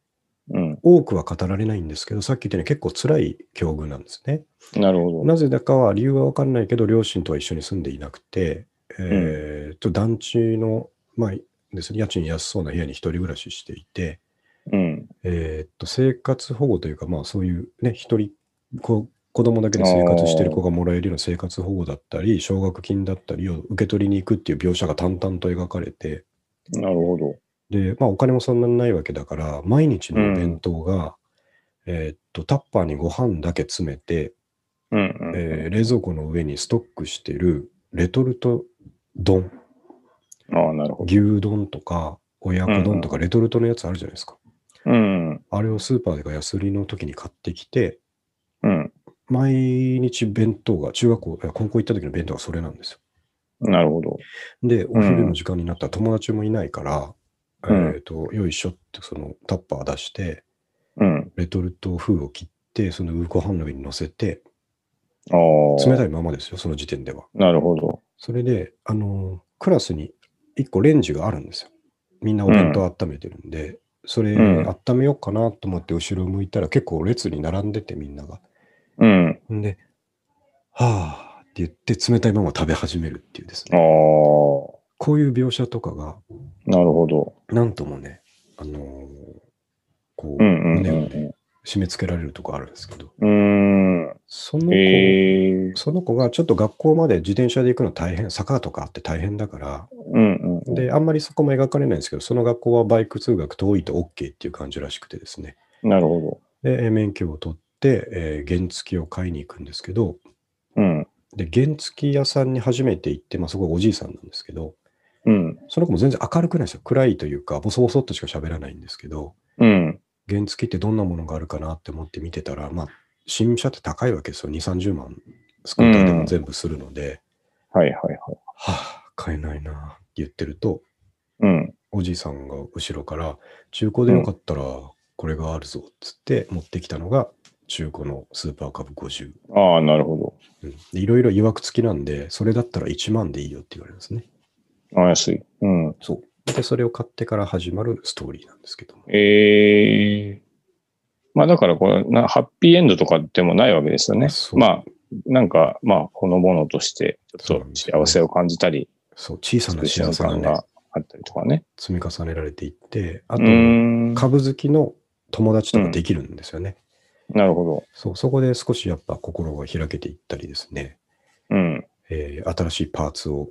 Speaker 2: うん。
Speaker 1: 多くは語られないんですけど、さっき言ったように結構辛い境遇なんですね。
Speaker 2: なるほど。
Speaker 1: なぜだかは理由は分かんないけど、両親とは一緒に住んでいなくて、えーと団地の、まあですね、家賃安そうな部屋に一人暮らししていて、
Speaker 2: うん。
Speaker 1: えーと生活保護というか、まあ、そういうね、一人こ子供だけで生活してる子がもらえるような生活保護だったり、奨学金だったりを受け取りに行くっていう描写が淡々と描かれて、
Speaker 2: なるほど。
Speaker 1: で、まあ、お金もそんなにないわけだから、毎日のお弁当が、えーっと、タッパーにご飯だけ詰めて、
Speaker 2: うんうん、
Speaker 1: えー冷蔵庫の上にストックしてるレトルト丼、
Speaker 2: ああ、なるほど。
Speaker 1: 牛丼とか、親子丼とか、レトルトのやつあるじゃないですか。
Speaker 2: うん。
Speaker 1: あれをスーパーで安売りの時に買ってきて、
Speaker 2: うん。
Speaker 1: 毎日弁当が、中学校、え高校行った時の弁当がそれなんですよ。
Speaker 2: なるほど。
Speaker 1: で、お昼の時間になったら友達もいないから、
Speaker 2: うん
Speaker 1: えーっと、よいしょってそのタッパー出して、
Speaker 2: うん。
Speaker 1: レトルト風を切って、そのご飯の上に乗せて、
Speaker 2: ああ。
Speaker 1: 冷たいままですよ、その時点では。
Speaker 2: なるほど。
Speaker 1: それで、あのークラスに1個レンジがあるんですよ。みんなお弁当温めてるんで、それ
Speaker 2: うん
Speaker 1: 温めようかなと思って後ろ向いたら結構列に並んでてみんなが。
Speaker 2: うん。
Speaker 1: んで、はあって言って冷たいまま食べ始めるっていうです
Speaker 2: ああ
Speaker 1: ね。。こういう描写とかが、
Speaker 2: なるほど。
Speaker 1: なんともね、あのーこう、
Speaker 2: うんうん
Speaker 1: 胸
Speaker 2: う
Speaker 1: を
Speaker 2: ん
Speaker 1: ね、締め付けられるとこあるんですけど、
Speaker 2: うん。う
Speaker 1: その
Speaker 2: ーん。
Speaker 1: 子
Speaker 2: ええ
Speaker 1: その子がちょっと学校まで自転車で行くの大変、坂とかあって大変だから、
Speaker 2: うんうん。
Speaker 1: で、あんまりそこも描かれないんですけど、その学校はバイク通学遠いと OK っていう感じらしくてですね。
Speaker 2: なるほ
Speaker 1: で、えー免許を取って、えー原付を買いに行くんですけど、
Speaker 2: ど。うん。
Speaker 1: で、原付屋さんに初めて行って、まあそこがおじいさんなんですけど、
Speaker 2: うん。
Speaker 1: その子も全然明るくないですよ。暗いというか、ボソボソっとしか喋らないんですけど、
Speaker 2: うん。
Speaker 1: 原付ってどんなものがあるかなって思って見てたら、まあ、新車って高いわけですよ。2、30万、スクーターでも全部するので、
Speaker 2: はいはいはい。
Speaker 1: はあ、買えないなあって言ってると、
Speaker 2: うん。
Speaker 1: おじいさんが後ろから、中古でよかったらこれがあるぞっつって持ってきたのが、中古のスーパー株50。
Speaker 2: ああ、なるほ
Speaker 1: うんでいろいろ曰くつきなんで、それだったら1万でいいよって言われますね。
Speaker 2: ど。あ安い。うん。
Speaker 1: そう。で、それを買ってから始まるストーリーなんですけども。
Speaker 2: ええまあだからこれな、ハッピーエンドとかでもないわけですよね。
Speaker 1: そう
Speaker 2: まあ、なんか、まあ、ほのぼのとして、ちょっと幸せを感じたり、
Speaker 1: そう、小さな幸
Speaker 2: 幸
Speaker 1: せ
Speaker 2: せ
Speaker 1: が
Speaker 2: 感
Speaker 1: ね
Speaker 2: が、あったりとかね。
Speaker 1: 積み重ねられていって、あ
Speaker 2: う
Speaker 1: と、
Speaker 2: ーん。
Speaker 1: 株好きの友達とかできるんですよね。
Speaker 2: なるほど。
Speaker 1: そう、そこで少しやっぱ心が開けていったりですね。
Speaker 2: うん。
Speaker 1: えー新しいパーツを、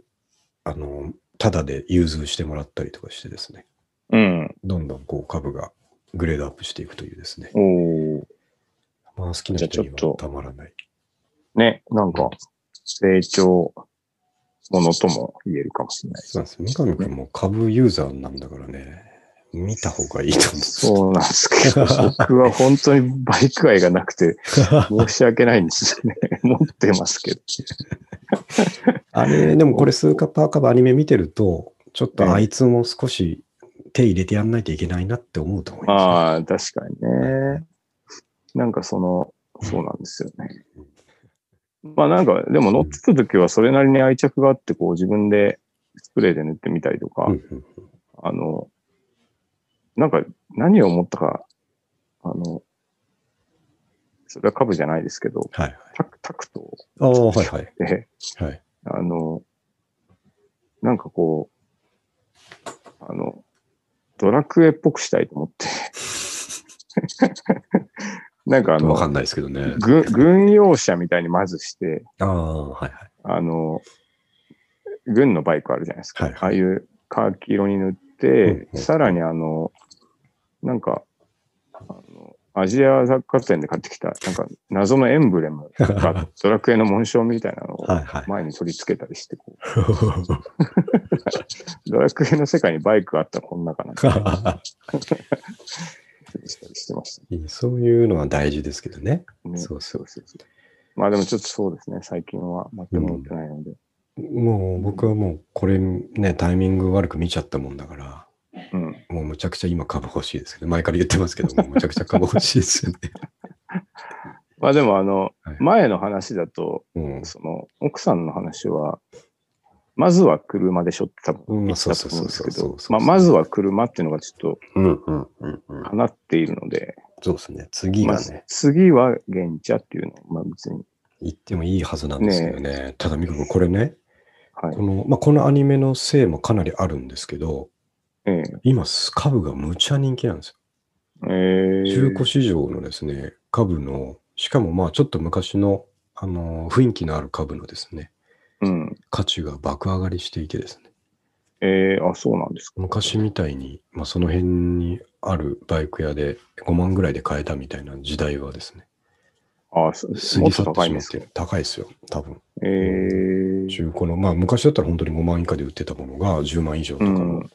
Speaker 1: あの、ただで融通してもらったりとかしてですね、
Speaker 2: うん。
Speaker 1: どんどんこう株がグレードアップしていくというですね、
Speaker 2: おー
Speaker 1: まあ好きな人に
Speaker 2: じゃあちょ
Speaker 1: は
Speaker 2: っと
Speaker 1: たまらない。
Speaker 2: ね、なんか、成長ものとも言えるかもしれないです
Speaker 1: そうなんです。三上君も株ユーザーなんだからね、見た方がいいと思う。
Speaker 2: そうなんですけ ど、僕は本当にバイク愛がなくて、申し訳ないんです ね。持ってますけど。
Speaker 1: あれ、でもこれ、スーカパーカブアニメ見てると、ちょっとあいつも少し手入れてやんないといけないなって思うと思いま
Speaker 2: ああ、確かにね。なんかその、そうなんですよね。まあなんか、でも乗ってた時はそれなりに愛着があって、こう自分でスプレーで塗ってみたりとか、
Speaker 1: す。うんうん
Speaker 2: あの、なんか何を思ったか、あの、それは株じゃないですけど、
Speaker 1: はいはい。
Speaker 2: タクタクトを
Speaker 1: ああ、はいはい。
Speaker 2: 追って、
Speaker 1: はい。
Speaker 2: あの、なんかこう、あの、ドラクエっぽくしたいと思って。 なんかあ
Speaker 1: わ
Speaker 2: の、
Speaker 1: かんないですけどね。
Speaker 2: 軍軍用車みたいにまずして、
Speaker 1: ああ、はいはい。
Speaker 2: あの、軍のバイクあるじゃないですか。
Speaker 1: はいはい
Speaker 2: ああいうカーキ色に塗って、
Speaker 1: うんうん
Speaker 2: さらにあの、なんか、あのアジア雑貨店で買ってきた、なんか謎のエンブレム がドラクエの紋章みたいなのを
Speaker 1: はいはい。
Speaker 2: 前に取り付けたりしてこう、ドラクエの世界にバイクがあったらこんなかなってしたりしてました、
Speaker 1: そういうのは大事ですけどね。
Speaker 2: ね。
Speaker 1: そうそう
Speaker 2: そうそう。まあでもちょっとそうですね、最近は全く乗ってないので。
Speaker 1: もう僕はもうこれね、タイミング悪く見ちゃったもんだから、
Speaker 2: うん。
Speaker 1: もうむちゃくちゃ今株欲しいですけど、前から言ってますけど も、むちゃくちゃ株欲しいですよね。
Speaker 2: まあでもあの、
Speaker 1: はい
Speaker 2: 前の話だと、
Speaker 1: うん
Speaker 2: その、奥さんの話は、まずは車でしょって多
Speaker 1: う
Speaker 2: 分
Speaker 1: ん
Speaker 2: 言ったと思うんです
Speaker 1: そうそうそ
Speaker 2: け
Speaker 1: うそうそう
Speaker 2: ど
Speaker 1: そう、そ
Speaker 2: ま
Speaker 1: う
Speaker 2: あまずは車っていうのがちょっ
Speaker 1: うんうんうんうん
Speaker 2: と放っているので、
Speaker 1: そうですね。次
Speaker 2: ま
Speaker 1: が
Speaker 2: あ
Speaker 1: ね、
Speaker 2: 次は現茶っていうのは、まあ別に、
Speaker 1: 言ってもいいはずなんですけどね。ただ、みく君、これね、
Speaker 2: はい
Speaker 1: こ。の、まあ、このアニメのせいもかなりあるんですけど、
Speaker 2: ええ
Speaker 1: 今、株がむちゃ人気なんですよ。
Speaker 2: ええ
Speaker 1: 中古市場のですね、株の、しかもまあちょっと昔の、あのー雰囲気のある株のですね、
Speaker 2: うん。
Speaker 1: 価値が爆上がりしていてですね、
Speaker 2: ええあ、そうなんですか。
Speaker 1: 昔みたいに、まあ、その辺にあるバイク屋で5万ぐらいで買えたみたいな時代はですね、
Speaker 2: あ、そ
Speaker 1: 過
Speaker 2: も
Speaker 1: ぎ
Speaker 2: っ
Speaker 1: 去
Speaker 2: と
Speaker 1: って
Speaker 2: 高
Speaker 1: し
Speaker 2: い
Speaker 1: ま
Speaker 2: んで
Speaker 1: っ
Speaker 2: す
Speaker 1: て
Speaker 2: けど
Speaker 1: る。高いですよ、多分。
Speaker 2: ええ
Speaker 1: 中古の、まあ昔だったら本当に5万以下で売ってたものが10万以上とか
Speaker 2: う
Speaker 1: の
Speaker 2: んあ、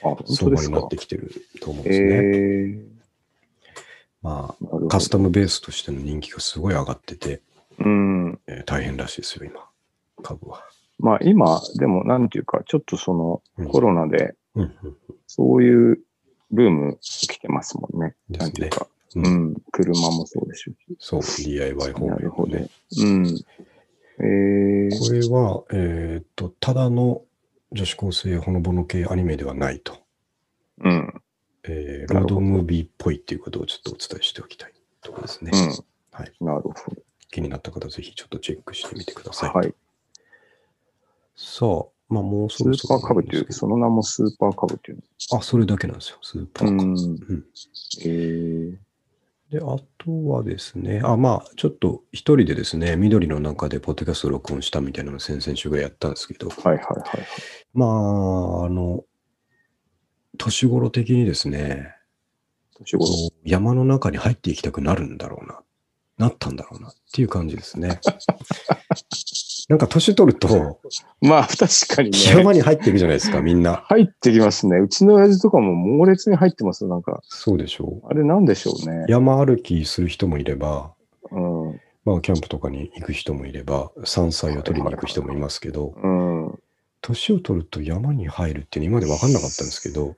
Speaker 2: 本
Speaker 1: 相
Speaker 2: 当で
Speaker 1: 場
Speaker 2: す
Speaker 1: にな
Speaker 2: か
Speaker 1: っ。てきてると思うん
Speaker 2: え
Speaker 1: ですね。
Speaker 2: え
Speaker 1: ま
Speaker 2: なるほ
Speaker 1: あ
Speaker 2: ど
Speaker 1: カスタムベースとしての人気がすごい上がってて、
Speaker 2: うん。
Speaker 1: えー大変らしいですよ、今、株は。
Speaker 2: まあ今、でもなんていうか、ちょっとその
Speaker 1: うん
Speaker 2: コロナで
Speaker 1: うんうん
Speaker 2: そういうブーム来てますもんね。
Speaker 1: で
Speaker 2: なん
Speaker 1: す
Speaker 2: てい
Speaker 1: ね
Speaker 2: う。か、
Speaker 1: う
Speaker 2: うんん、車もそうでしょうし。
Speaker 1: そう、DIY 方
Speaker 2: なる
Speaker 1: 面
Speaker 2: ほ
Speaker 1: の
Speaker 2: ど
Speaker 1: ね。。
Speaker 2: うん。えー
Speaker 1: これは、えーっと、ただの女子高生ほのぼの系アニメではないと。
Speaker 2: うん、うん。
Speaker 1: えーロ
Speaker 2: なるほ
Speaker 1: ー
Speaker 2: ど
Speaker 1: ドムービーっぽいっていうことをちょっとお伝えしておきたいところですね。はい
Speaker 2: なるほど。
Speaker 1: 気になった方、ぜひちょっとチェックしてみてください。
Speaker 2: はい。
Speaker 1: さあ、まあもう
Speaker 2: ス
Speaker 1: そろ
Speaker 2: ー
Speaker 1: そろ
Speaker 2: パーカブっていう、その名もスーパーカブっていう
Speaker 1: あ、それだけなんですよ、スーパーカブ。
Speaker 2: の。うん。
Speaker 1: うん
Speaker 2: えー
Speaker 1: で、あとはですね、あ、まあ、ちょっと一人でですね、緑の中でポッドキャストを録音したみたいなのを先々週ぐらいやったんですけど、
Speaker 2: はいはいはい。
Speaker 1: まあ、あの、年頃的にですね、
Speaker 2: 年頃。
Speaker 1: こう山の中に入っていきたくなるんだろうな、なったんだろうなっていう感じですね。 なんか年取ると、
Speaker 2: まあ確かにね。
Speaker 1: 山に入っていくじゃないですか、みんな。
Speaker 2: 入ってきますね。うちの親父とかも猛烈に入ってますよ。なんか、
Speaker 1: そうでしょ
Speaker 2: あれなんでしょうね
Speaker 1: う。。山歩きする人もいれば、
Speaker 2: うん。
Speaker 1: まあ、キャンプとかに行く人もいれば、山菜を取りに行く人もいますけど、
Speaker 2: うん。
Speaker 1: 年を取ると山に入るっていうの今まで分かんなかったんですけど、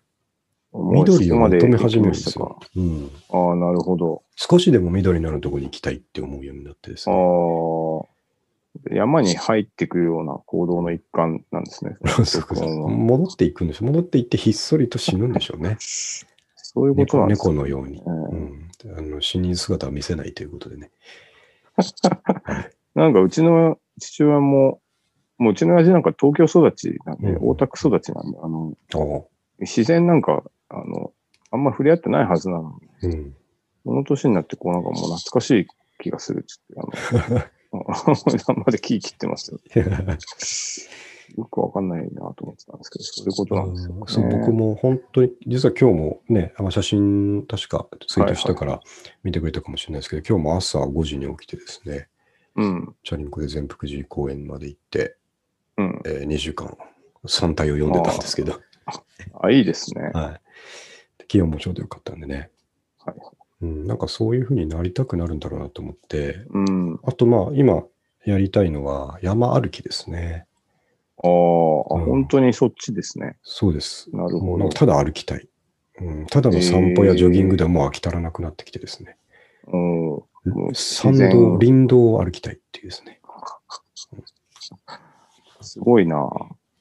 Speaker 2: もう
Speaker 1: 緑を求め始めるんで
Speaker 2: そ
Speaker 1: す
Speaker 2: こま
Speaker 1: よ。うん、
Speaker 2: 行きましたかああ、なるほど。
Speaker 1: 少しでも緑のあるところに行きたいって思うようになってですね。
Speaker 2: ああ。山に入ってくような行動の一環なんですね。
Speaker 1: そうかそう
Speaker 2: 録音は
Speaker 1: 戻っていくんでしょ戻っていってひっそりと死ぬんでしょうね。
Speaker 2: そういうこと
Speaker 1: 猫
Speaker 2: なんです
Speaker 1: 猫のように、
Speaker 2: う
Speaker 1: うんんあの。死に姿は見せないということでね。
Speaker 2: なんかうちの父親も、もううちの親父なんか東京育ちなんで、
Speaker 1: うん
Speaker 2: 大田区育ちなんで、あの、
Speaker 1: お
Speaker 2: 自然なんか、あの、あんま触れ合ってないはずなのに、
Speaker 1: うん、
Speaker 2: この年になってこうなんかもう懐かしい気がするっつって、あの、 あんまり木切ってますよ。よくわかんないなと思ってたんですけど、そういうことなんですよ、ね。
Speaker 1: そう僕も本当に、実は今日もね、あの写真確かツイートしたから見てくれたかもしれないですけど、今日も朝5時に起きてですね、
Speaker 2: うん。
Speaker 1: チャリンコで全福寺公園まで行って、
Speaker 2: うん。うん。
Speaker 1: えー2週間、3体を読んでたんですけど、
Speaker 2: あ、いいですね。
Speaker 1: はい。気温もちょうどよかったんでね。
Speaker 2: はい。
Speaker 1: うん、なんかそういう風になりたくなるんだろうなと思って、
Speaker 2: うん。あ
Speaker 1: あとまあ、今やりたいのは山歩きですね。う
Speaker 2: あ、
Speaker 1: ん
Speaker 2: 本当にそっちですね。
Speaker 1: そうです。
Speaker 2: なる
Speaker 1: も
Speaker 2: ほ
Speaker 1: うなん
Speaker 2: ど
Speaker 1: か。ただ歩きたい。うん、ただの散歩やジョギングではもう飽き足らなくなってきてですね。
Speaker 2: うん。もう
Speaker 1: 山
Speaker 2: 自然
Speaker 1: 道、
Speaker 2: を
Speaker 1: 林道を歩きたいっていうですね。
Speaker 2: すごいな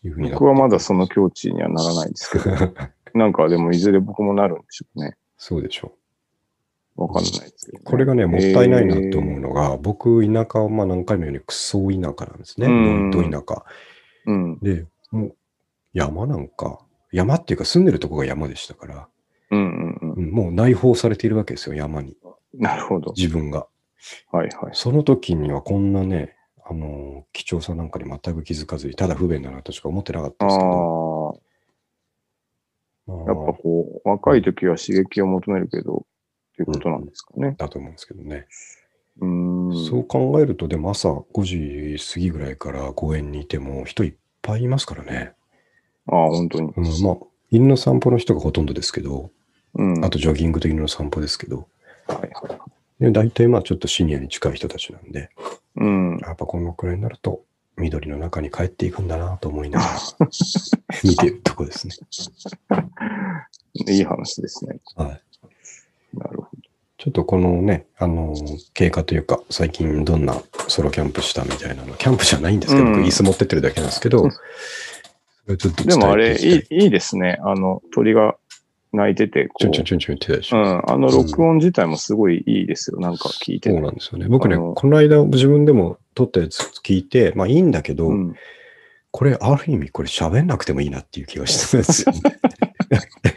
Speaker 1: いうふうになって
Speaker 2: 僕はまだその境地にはならないですけど、 なんかでもいずれ僕もなるんでしょうね。
Speaker 1: そうでしょ
Speaker 2: わかんないですけど、ね。
Speaker 1: う。これがね、もったいないなって思う
Speaker 2: えー。
Speaker 1: のが、僕、田舎はまあ何回も言うように、クソ田舎なんですね。
Speaker 2: うん
Speaker 1: ど田舎。
Speaker 2: うん。
Speaker 1: で、もう、山なんか、山っていうか住んでるとこが山でしたから、
Speaker 2: うんうんう
Speaker 1: うんもう内包されているわけですよ、山に。
Speaker 2: ん。なるほど。
Speaker 1: 自分が。
Speaker 2: はいはい。
Speaker 1: その時にはこんなね、あの貴重さなんかに全く気づかずに、ただ不便だなとしか思ってなかった
Speaker 2: あ
Speaker 1: ん
Speaker 2: あ
Speaker 1: ですけど、
Speaker 2: ー、やっぱこう、若い時は刺激を求めるけど、っていうことなんですかね。
Speaker 1: だと思うんですけどね。
Speaker 2: うーん。
Speaker 1: そう考えると、でも朝5時過ぎぐらいから公園にいても人いっぱいいますからね。
Speaker 2: ああ、本当に。
Speaker 1: うん、まあ、犬の散歩の人がほとんどですけど、
Speaker 2: うん。
Speaker 1: あとジョギングと犬の散歩ですけど、
Speaker 2: はいはい。
Speaker 1: で大体まあちょっとシニアに近い人たちなんで、
Speaker 2: うん。
Speaker 1: やっぱこのくらいになると、緑の中に帰っていくんだなと思いなが ら見てるとこですね。
Speaker 2: いい話ですね。
Speaker 1: はい。
Speaker 2: なるほ
Speaker 1: ちょっとこのね、あのー経過というか、最近どんなソロキャンプしたみたいなの、キャンプじゃないんですけど、
Speaker 2: うん
Speaker 1: 僕椅子持ってってるだけなんですけど、それをちょっと
Speaker 2: ど。でもあ
Speaker 1: 伝え
Speaker 2: れ、
Speaker 1: ていきた
Speaker 2: いい、いいですね。あの、鳥が鳴いてて、こ
Speaker 1: ちょんちょん
Speaker 2: う。
Speaker 1: ちょんちょん言ってたでし
Speaker 2: う
Speaker 1: ょ。
Speaker 2: ん。あの録音自体もすごいいいですよ。なんか聞いて
Speaker 1: そう
Speaker 2: て。
Speaker 1: なんですよね。僕ね、
Speaker 2: あの
Speaker 1: この間自分でも撮ったやつ聞いて、まあいいんだけど、
Speaker 2: うん。
Speaker 1: これ、ある意味これ喋んなくてもいいなっていう気がしてたんですよね。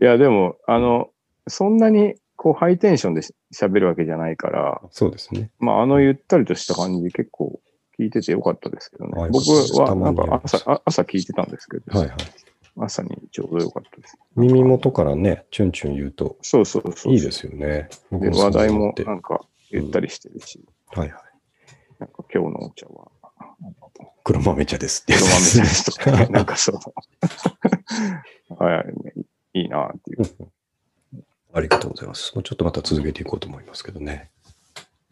Speaker 2: いや、でも、あの、そんなに、こう、ハイテンションでし喋るわけじゃないから、
Speaker 1: そうですね。
Speaker 2: まあ、あのゆったりとした感じ、結構、聞いててよかったですけど
Speaker 1: あ
Speaker 2: ね
Speaker 1: よ。かっ
Speaker 2: 僕
Speaker 1: たです
Speaker 2: は、
Speaker 1: たま
Speaker 2: なん
Speaker 1: にやり
Speaker 2: か
Speaker 1: ます
Speaker 2: 朝、あ朝聞いてたんですけど、
Speaker 1: はいはい。
Speaker 2: 朝にちょうどよかったです。
Speaker 1: 耳元からね、チュンチュン言うと、
Speaker 2: そうそうそう。
Speaker 1: いいですよね。僕
Speaker 2: で
Speaker 1: そう
Speaker 2: 話題
Speaker 1: 思
Speaker 2: も
Speaker 1: って、
Speaker 2: な
Speaker 1: は
Speaker 2: んか、ゆったりしてるし、
Speaker 1: いはい。
Speaker 2: なんか、今日のお茶は、
Speaker 1: 黒豆茶ですってやつ
Speaker 2: 黒豆茶
Speaker 1: で
Speaker 2: ですすとかね、 なんかそう。 はい、いいなっていう。
Speaker 1: ありがとうございます。もうちょっとまた続けていこうと思いますけどね。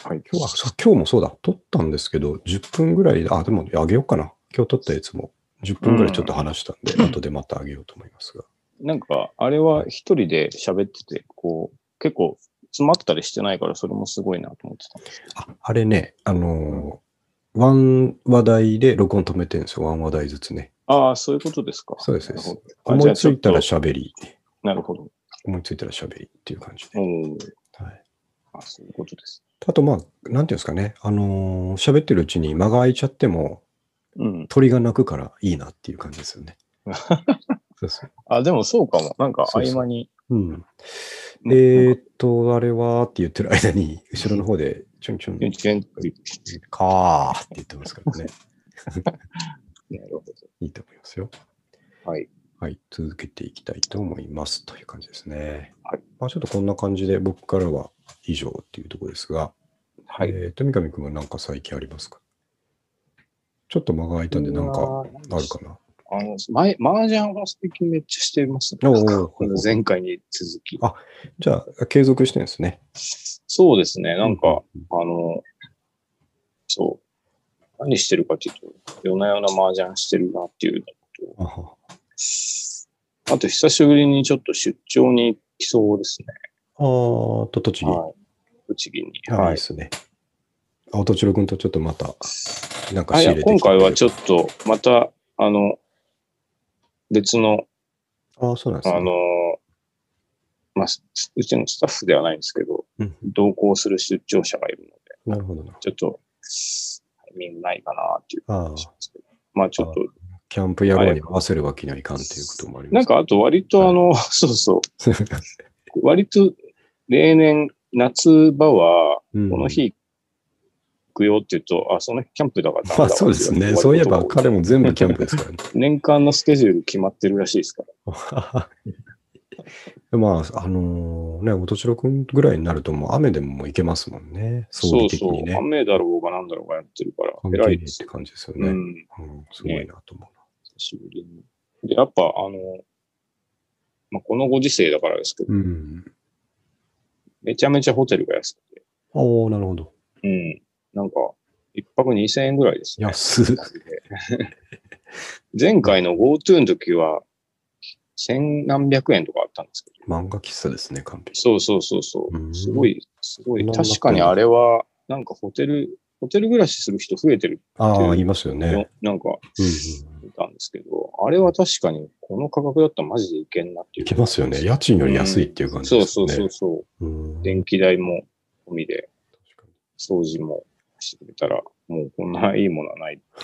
Speaker 2: はい、
Speaker 1: 今日は、そう今日もそうだ、撮ったんですけど、10分ぐらい、あ、でもあげようかな。今日撮ったやつも10分ぐらいちょっと話したんで、後でまたあげようと思いますが。
Speaker 2: なんか、あれは一人で喋ってて、こう、結構詰まったりしてないから、それもすごいなと思ってたんですけど。
Speaker 1: あ、あれね、あのーワン話題で録音止めてるんですよ。ワン話題ずつね。
Speaker 2: ああ、そういうことですか。
Speaker 1: そうですそうです
Speaker 2: なるほどあ
Speaker 1: 思いついたら
Speaker 2: じゃあちょっ
Speaker 1: 喋り、
Speaker 2: となるほど。
Speaker 1: 思いついたら喋りっていう感じで。
Speaker 2: おー
Speaker 1: はい、
Speaker 2: あそういうことです。
Speaker 1: あと、まあ、なんていうんですかね、あのー喋ってるうちに間が空いちゃっても、
Speaker 2: うん。
Speaker 1: 鳥が鳴くからいいなっていう感じです よね。そうそう。
Speaker 2: あ、でもそうかも。なんか
Speaker 1: そ
Speaker 2: 合
Speaker 1: うそう
Speaker 2: 間に。
Speaker 1: うん。え
Speaker 2: なん
Speaker 1: ー、っと、あれはって言ってる間に、後ろの方で、ちょんちょん、
Speaker 2: 一円って言って
Speaker 1: かーって言ってますからね。
Speaker 2: なるほ
Speaker 1: いいと思いますよ。
Speaker 2: ど。はい。
Speaker 1: はい、続けていきたいと思いますという感じですね。
Speaker 2: はい
Speaker 1: まあ、ちょっとこんな感じで僕からは以上っていうところですが、
Speaker 2: はい。
Speaker 1: えー、富上君は何か最近ありますかちょっと間が空いたんで何かあるかな
Speaker 2: あの、前、麻雀を最近めっちゃしてますね。
Speaker 1: おー
Speaker 2: なんかこの前回に続き。
Speaker 1: あじゃあ、継続してるんですね。
Speaker 2: そうですね。なんか、
Speaker 1: う、
Speaker 2: あの、そう。何してるかっていうと、夜な夜な麻雀してるなっていう
Speaker 1: あは
Speaker 2: あと、久しぶりにちょっと出張に来そうです
Speaker 1: あーと、栃
Speaker 2: ね。
Speaker 1: 木。
Speaker 2: はい。栃木に。
Speaker 1: あい、い
Speaker 2: は
Speaker 1: で
Speaker 2: い。
Speaker 1: すね。青とちろくんとちょっとまた、なんか
Speaker 2: あ
Speaker 1: 仕入
Speaker 2: い
Speaker 1: れ
Speaker 2: や
Speaker 1: て
Speaker 2: 今回はち
Speaker 1: ょっ
Speaker 2: ょっと、また、あの、別の、
Speaker 1: と。ああ、そうなんで
Speaker 2: あ
Speaker 1: すね。
Speaker 2: の、まあ、すうちのスタッフではないんですけど、
Speaker 1: うん
Speaker 2: 同行する出張者がいるので、
Speaker 1: なるほどな。
Speaker 2: ちょっと、タイミングないかなっていう
Speaker 1: ああ
Speaker 2: 感、じなんですけど。まあ、ちょっと、
Speaker 1: キャンプ野郎に合わせるわけにはいかんっていうこともありま
Speaker 2: なん
Speaker 1: す
Speaker 2: か、あと割とあの、そうそう、
Speaker 1: ね。
Speaker 2: 割と例年、夏場は、
Speaker 1: うん
Speaker 2: この日行くよって言うと、あ、その日キャンプだからダメだ
Speaker 1: ま
Speaker 2: わ
Speaker 1: あそうです
Speaker 2: っ
Speaker 1: ね。
Speaker 2: て言われる
Speaker 1: そういえば
Speaker 2: ことが多
Speaker 1: 彼も全部キャンプですからね。
Speaker 2: 年間のスケジュール決まってるらしいですから。
Speaker 1: まあ、あのね、おとしろくんぐらいになると、もう雨でももう行けますもんね。総
Speaker 2: そ
Speaker 1: 理
Speaker 2: う
Speaker 1: 的
Speaker 2: そう
Speaker 1: にね。。
Speaker 2: 雨だろうがなんだろうがやってるから、
Speaker 1: 関係
Speaker 2: 偉
Speaker 1: ね
Speaker 2: いで
Speaker 1: えっ
Speaker 2: す
Speaker 1: て
Speaker 2: よ。
Speaker 1: 感じですよ
Speaker 2: う
Speaker 1: ね。うん、
Speaker 2: ん。
Speaker 1: すごいなと思
Speaker 2: 久しぶりに。で、やっぱ、あの、まあ、このご時世だからですけど、
Speaker 1: うな。うん。
Speaker 2: めちゃめちゃホテルが安くて、
Speaker 1: ああ、なるほど。
Speaker 2: うん。なんか、一泊2000円ぐらいですね。
Speaker 1: 安っ。
Speaker 2: 前回の GoTo の時は、千何百円とかあったんですけど。
Speaker 1: 漫画喫茶ですね、完璧。
Speaker 2: そうそうそうそうう。
Speaker 1: ん
Speaker 2: すごい、すごい。
Speaker 1: なんだ
Speaker 2: 確かにあれは、なんかホテル、ホテル暮らしする人増えてる
Speaker 1: ああ、言いますよね
Speaker 2: の。、なんか、
Speaker 1: うん、うん。
Speaker 2: 見たんですけど、あれは確かにこの価格だったらマジでいけんなってい。
Speaker 1: いうけますよね。家賃より安いっていう感じ
Speaker 2: そう
Speaker 1: です
Speaker 2: そ
Speaker 1: よ
Speaker 2: う
Speaker 1: ね。。
Speaker 2: そうそう
Speaker 1: うん
Speaker 2: う。、電気代も込みで、
Speaker 1: 確かに
Speaker 2: 掃除もしてくれたら、もうこんないいものはない。
Speaker 1: あ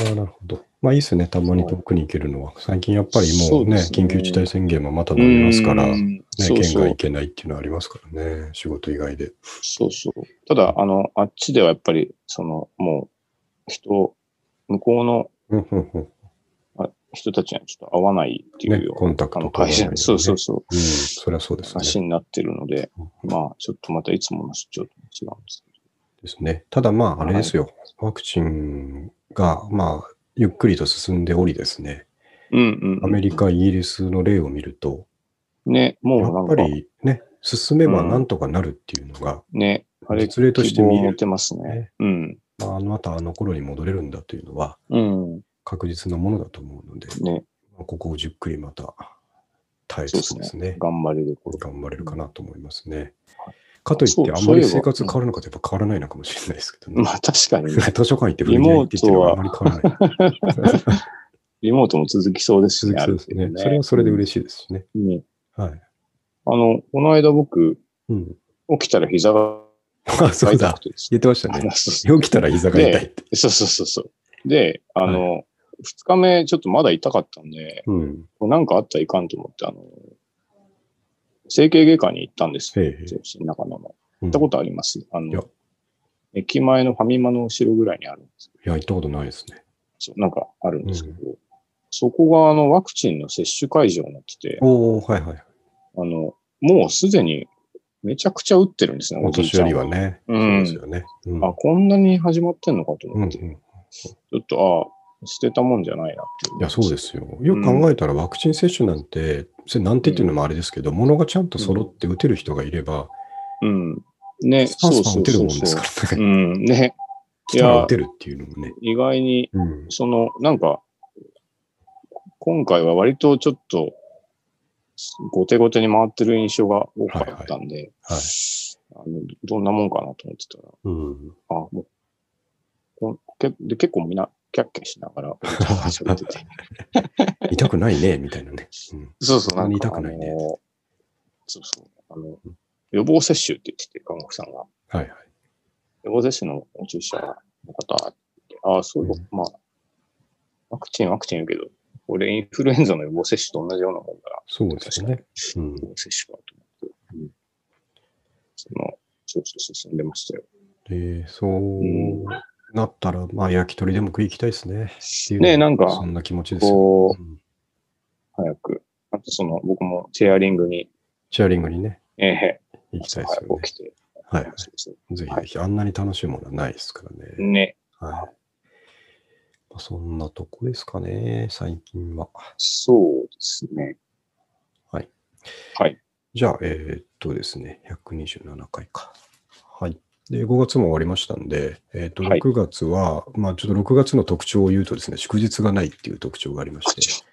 Speaker 1: あ、なるほど。まあいいですね、たまに遠くに行けるのは。最近やっぱりもうね、
Speaker 2: そうですね
Speaker 1: 緊急事態宣言もまた伸びますから、
Speaker 2: う
Speaker 1: ね、
Speaker 2: んそう
Speaker 1: 県
Speaker 2: そ
Speaker 1: 外
Speaker 2: う
Speaker 1: 行。けないっていうのはありますからね、仕事以外で。
Speaker 2: そうそう。ただ、あの、あっちではやっぱり、その、もう、人、向こうの
Speaker 1: うんうんうん
Speaker 2: 人たちにはちょっと合わないってい
Speaker 1: ね
Speaker 2: う、よう
Speaker 1: コンタク
Speaker 2: な、あ
Speaker 1: ト
Speaker 2: の
Speaker 1: とか
Speaker 2: 会
Speaker 1: ね
Speaker 2: 社、そうそうそう
Speaker 1: うん、それはそうで、すね。
Speaker 2: 話になってるので、
Speaker 1: う
Speaker 2: まあ、ちょっとまたいつもの出張と違うんです
Speaker 1: ですね。ただまあ、あれですよ、ワクチンが、まあ、ゆっくりと進んでおりですね、
Speaker 2: けど。うん
Speaker 1: ア
Speaker 2: うん
Speaker 1: メリカ、イギリスの例を見ると、
Speaker 2: うん。ね、もう
Speaker 1: や
Speaker 2: なん
Speaker 1: っ
Speaker 2: か
Speaker 1: ぱ、りね、進めばなんとかなるっていうのが、
Speaker 2: ね、あれ、
Speaker 1: 実例として見える
Speaker 2: 希望持てますね。うん。
Speaker 1: まあ、あのまたあの頃に戻れるんだというのは
Speaker 2: うん。
Speaker 1: 確実なものだと思うので、
Speaker 2: ね、
Speaker 1: まあここをじっくりまた耐えつつですね、
Speaker 2: 頑張れる こと。
Speaker 1: 頑張れるかなと思いますね。かといって、あん
Speaker 2: そ
Speaker 1: ま
Speaker 2: う
Speaker 1: り
Speaker 2: そういえば
Speaker 1: 生活変わるのかといえば変わらないのかもしれないですけどね。
Speaker 2: まあ、確かにね、
Speaker 1: 図書館行って振り返って言ってるのはあんまり変わらない。
Speaker 2: リモートも続きそうです
Speaker 1: 鈴
Speaker 2: ね。
Speaker 1: 木そうです
Speaker 2: あ
Speaker 1: ね
Speaker 2: る。程度
Speaker 1: それはそれで嬉しいですしね。
Speaker 2: うんね
Speaker 1: はい。
Speaker 2: あの、この間僕、
Speaker 1: うん。
Speaker 2: 起きたら膝が
Speaker 1: あ、 そう
Speaker 2: 痛
Speaker 1: だ
Speaker 2: く。てです
Speaker 1: 言
Speaker 2: ね
Speaker 1: ってましたね。
Speaker 2: 話す
Speaker 1: 起きたら膝が痛いって。
Speaker 2: そうそうそうそう。で、あの、二、日目、ちょっとまだ痛かったんで、
Speaker 1: うん。
Speaker 2: これなんかあったらいかんと思って、あの、整形外科に行ったんです
Speaker 1: へ
Speaker 2: よ。
Speaker 1: えへえ。
Speaker 2: 中野の。行
Speaker 1: 行
Speaker 2: ったことあります。あ
Speaker 1: いや
Speaker 2: の、駅前のファミマの後ろぐらいにあるんです
Speaker 1: いや、行ったことないですね。
Speaker 2: そうなんかあるんですけど、そこがあのワクチンの接種会場になってて、
Speaker 1: おおはいはい。
Speaker 2: あの、もうすでにめちゃくちゃ打ってるんですね、
Speaker 1: お
Speaker 2: じい
Speaker 1: 年
Speaker 2: ち
Speaker 1: 寄
Speaker 2: ゃん
Speaker 1: りはね。
Speaker 2: う
Speaker 1: そうで
Speaker 2: ん
Speaker 1: すよね。う
Speaker 2: あ、こんなに始まってんのかと
Speaker 1: うんう
Speaker 2: 思
Speaker 1: ん、
Speaker 2: って、
Speaker 1: い
Speaker 2: ちょっと、あ捨てたもんじゃないなっていう。。
Speaker 1: や、そうですすよ。よく考えたら、ワクチン接種なんて、それなんてっていうのもあれですけど、ものがちゃんと揃って打てる人がいれば、
Speaker 2: うん。ね、
Speaker 1: スパンス
Speaker 2: そう
Speaker 1: パン
Speaker 2: そ
Speaker 1: 打
Speaker 2: う
Speaker 1: てる
Speaker 2: そう
Speaker 1: もんです
Speaker 2: そう。
Speaker 1: からね。
Speaker 2: うん、ね。い
Speaker 1: 来たら
Speaker 2: や
Speaker 1: 打、てるっていうのもね。
Speaker 2: 意外に、
Speaker 1: うん。
Speaker 2: その、なんか、今回は割とちょっと、後手後手に回ってる印象が多かったんで、
Speaker 1: はい。
Speaker 2: あのどんなもんかなと思ってたら、
Speaker 1: うん。
Speaker 2: あ、もう、こけで結構みんな、キャッキャしな がら、喋ってて。
Speaker 1: 痛くないね、みたいなね。うん
Speaker 2: そうそう、
Speaker 1: そんな
Speaker 2: なん
Speaker 1: に
Speaker 2: か、
Speaker 1: 痛くないね
Speaker 2: あのそうそう、あの、予防接種って言ってて、看護婦さんが。
Speaker 1: はいはい。
Speaker 2: 予防接種のお注射の方って、ああ、そういうこと、まあ、ワクチン、ワクチン言うけど、これインフルエンザの予防接種と同じようなもんだな、
Speaker 1: そうですね。うん
Speaker 2: 予。防接種かと思って。その、そうそう、進んでましたよ。
Speaker 1: で、そう
Speaker 2: うん
Speaker 1: なったら、まあ、焼き鳥でも食い行きたいですね。っていう
Speaker 2: ねえなんか
Speaker 1: そんな気持ちですよ。
Speaker 2: こ
Speaker 1: う
Speaker 2: う、
Speaker 1: ん
Speaker 2: 早く。あと、その、僕もチェアリングに、
Speaker 1: チェアリングにね、
Speaker 2: ええ
Speaker 1: 行きたいです
Speaker 2: 早
Speaker 1: よ
Speaker 2: く
Speaker 1: ね
Speaker 2: 起きて。
Speaker 1: はいは
Speaker 2: そうそう
Speaker 1: い。ぜひぜひ、あんなに楽しいものはないですからね。
Speaker 2: ね、
Speaker 1: はい。まあ、そんなとこですかね、最近は。
Speaker 2: そうですね。
Speaker 1: はい。
Speaker 2: はい。
Speaker 1: じゃあ、えーっとですね、127回か。はい。で、5月も終わりましたんで、えーっと、
Speaker 2: はい
Speaker 1: 6月は、まあ、ちょっと6月の特徴を言うとですね、祝日がないっていう特徴がありま して、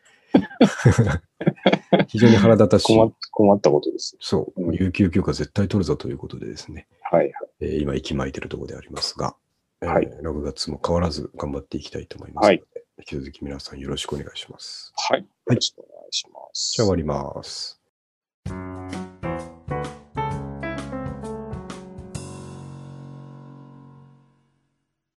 Speaker 1: 非常に腹立たしい
Speaker 2: 困。っ困ったことです。
Speaker 1: そう、
Speaker 2: うん
Speaker 1: 有給休暇絶対取るぞということでですね、
Speaker 2: はいはい。
Speaker 1: えー今、息巻いてるところでありますが、えー
Speaker 2: はい
Speaker 1: 6月も変わらず頑張っていきたいと思いますので、
Speaker 2: はい
Speaker 1: 引き続き皆さんよろしくお願いします。
Speaker 2: はい。よろしくお願いします。
Speaker 1: じゃあ終わります。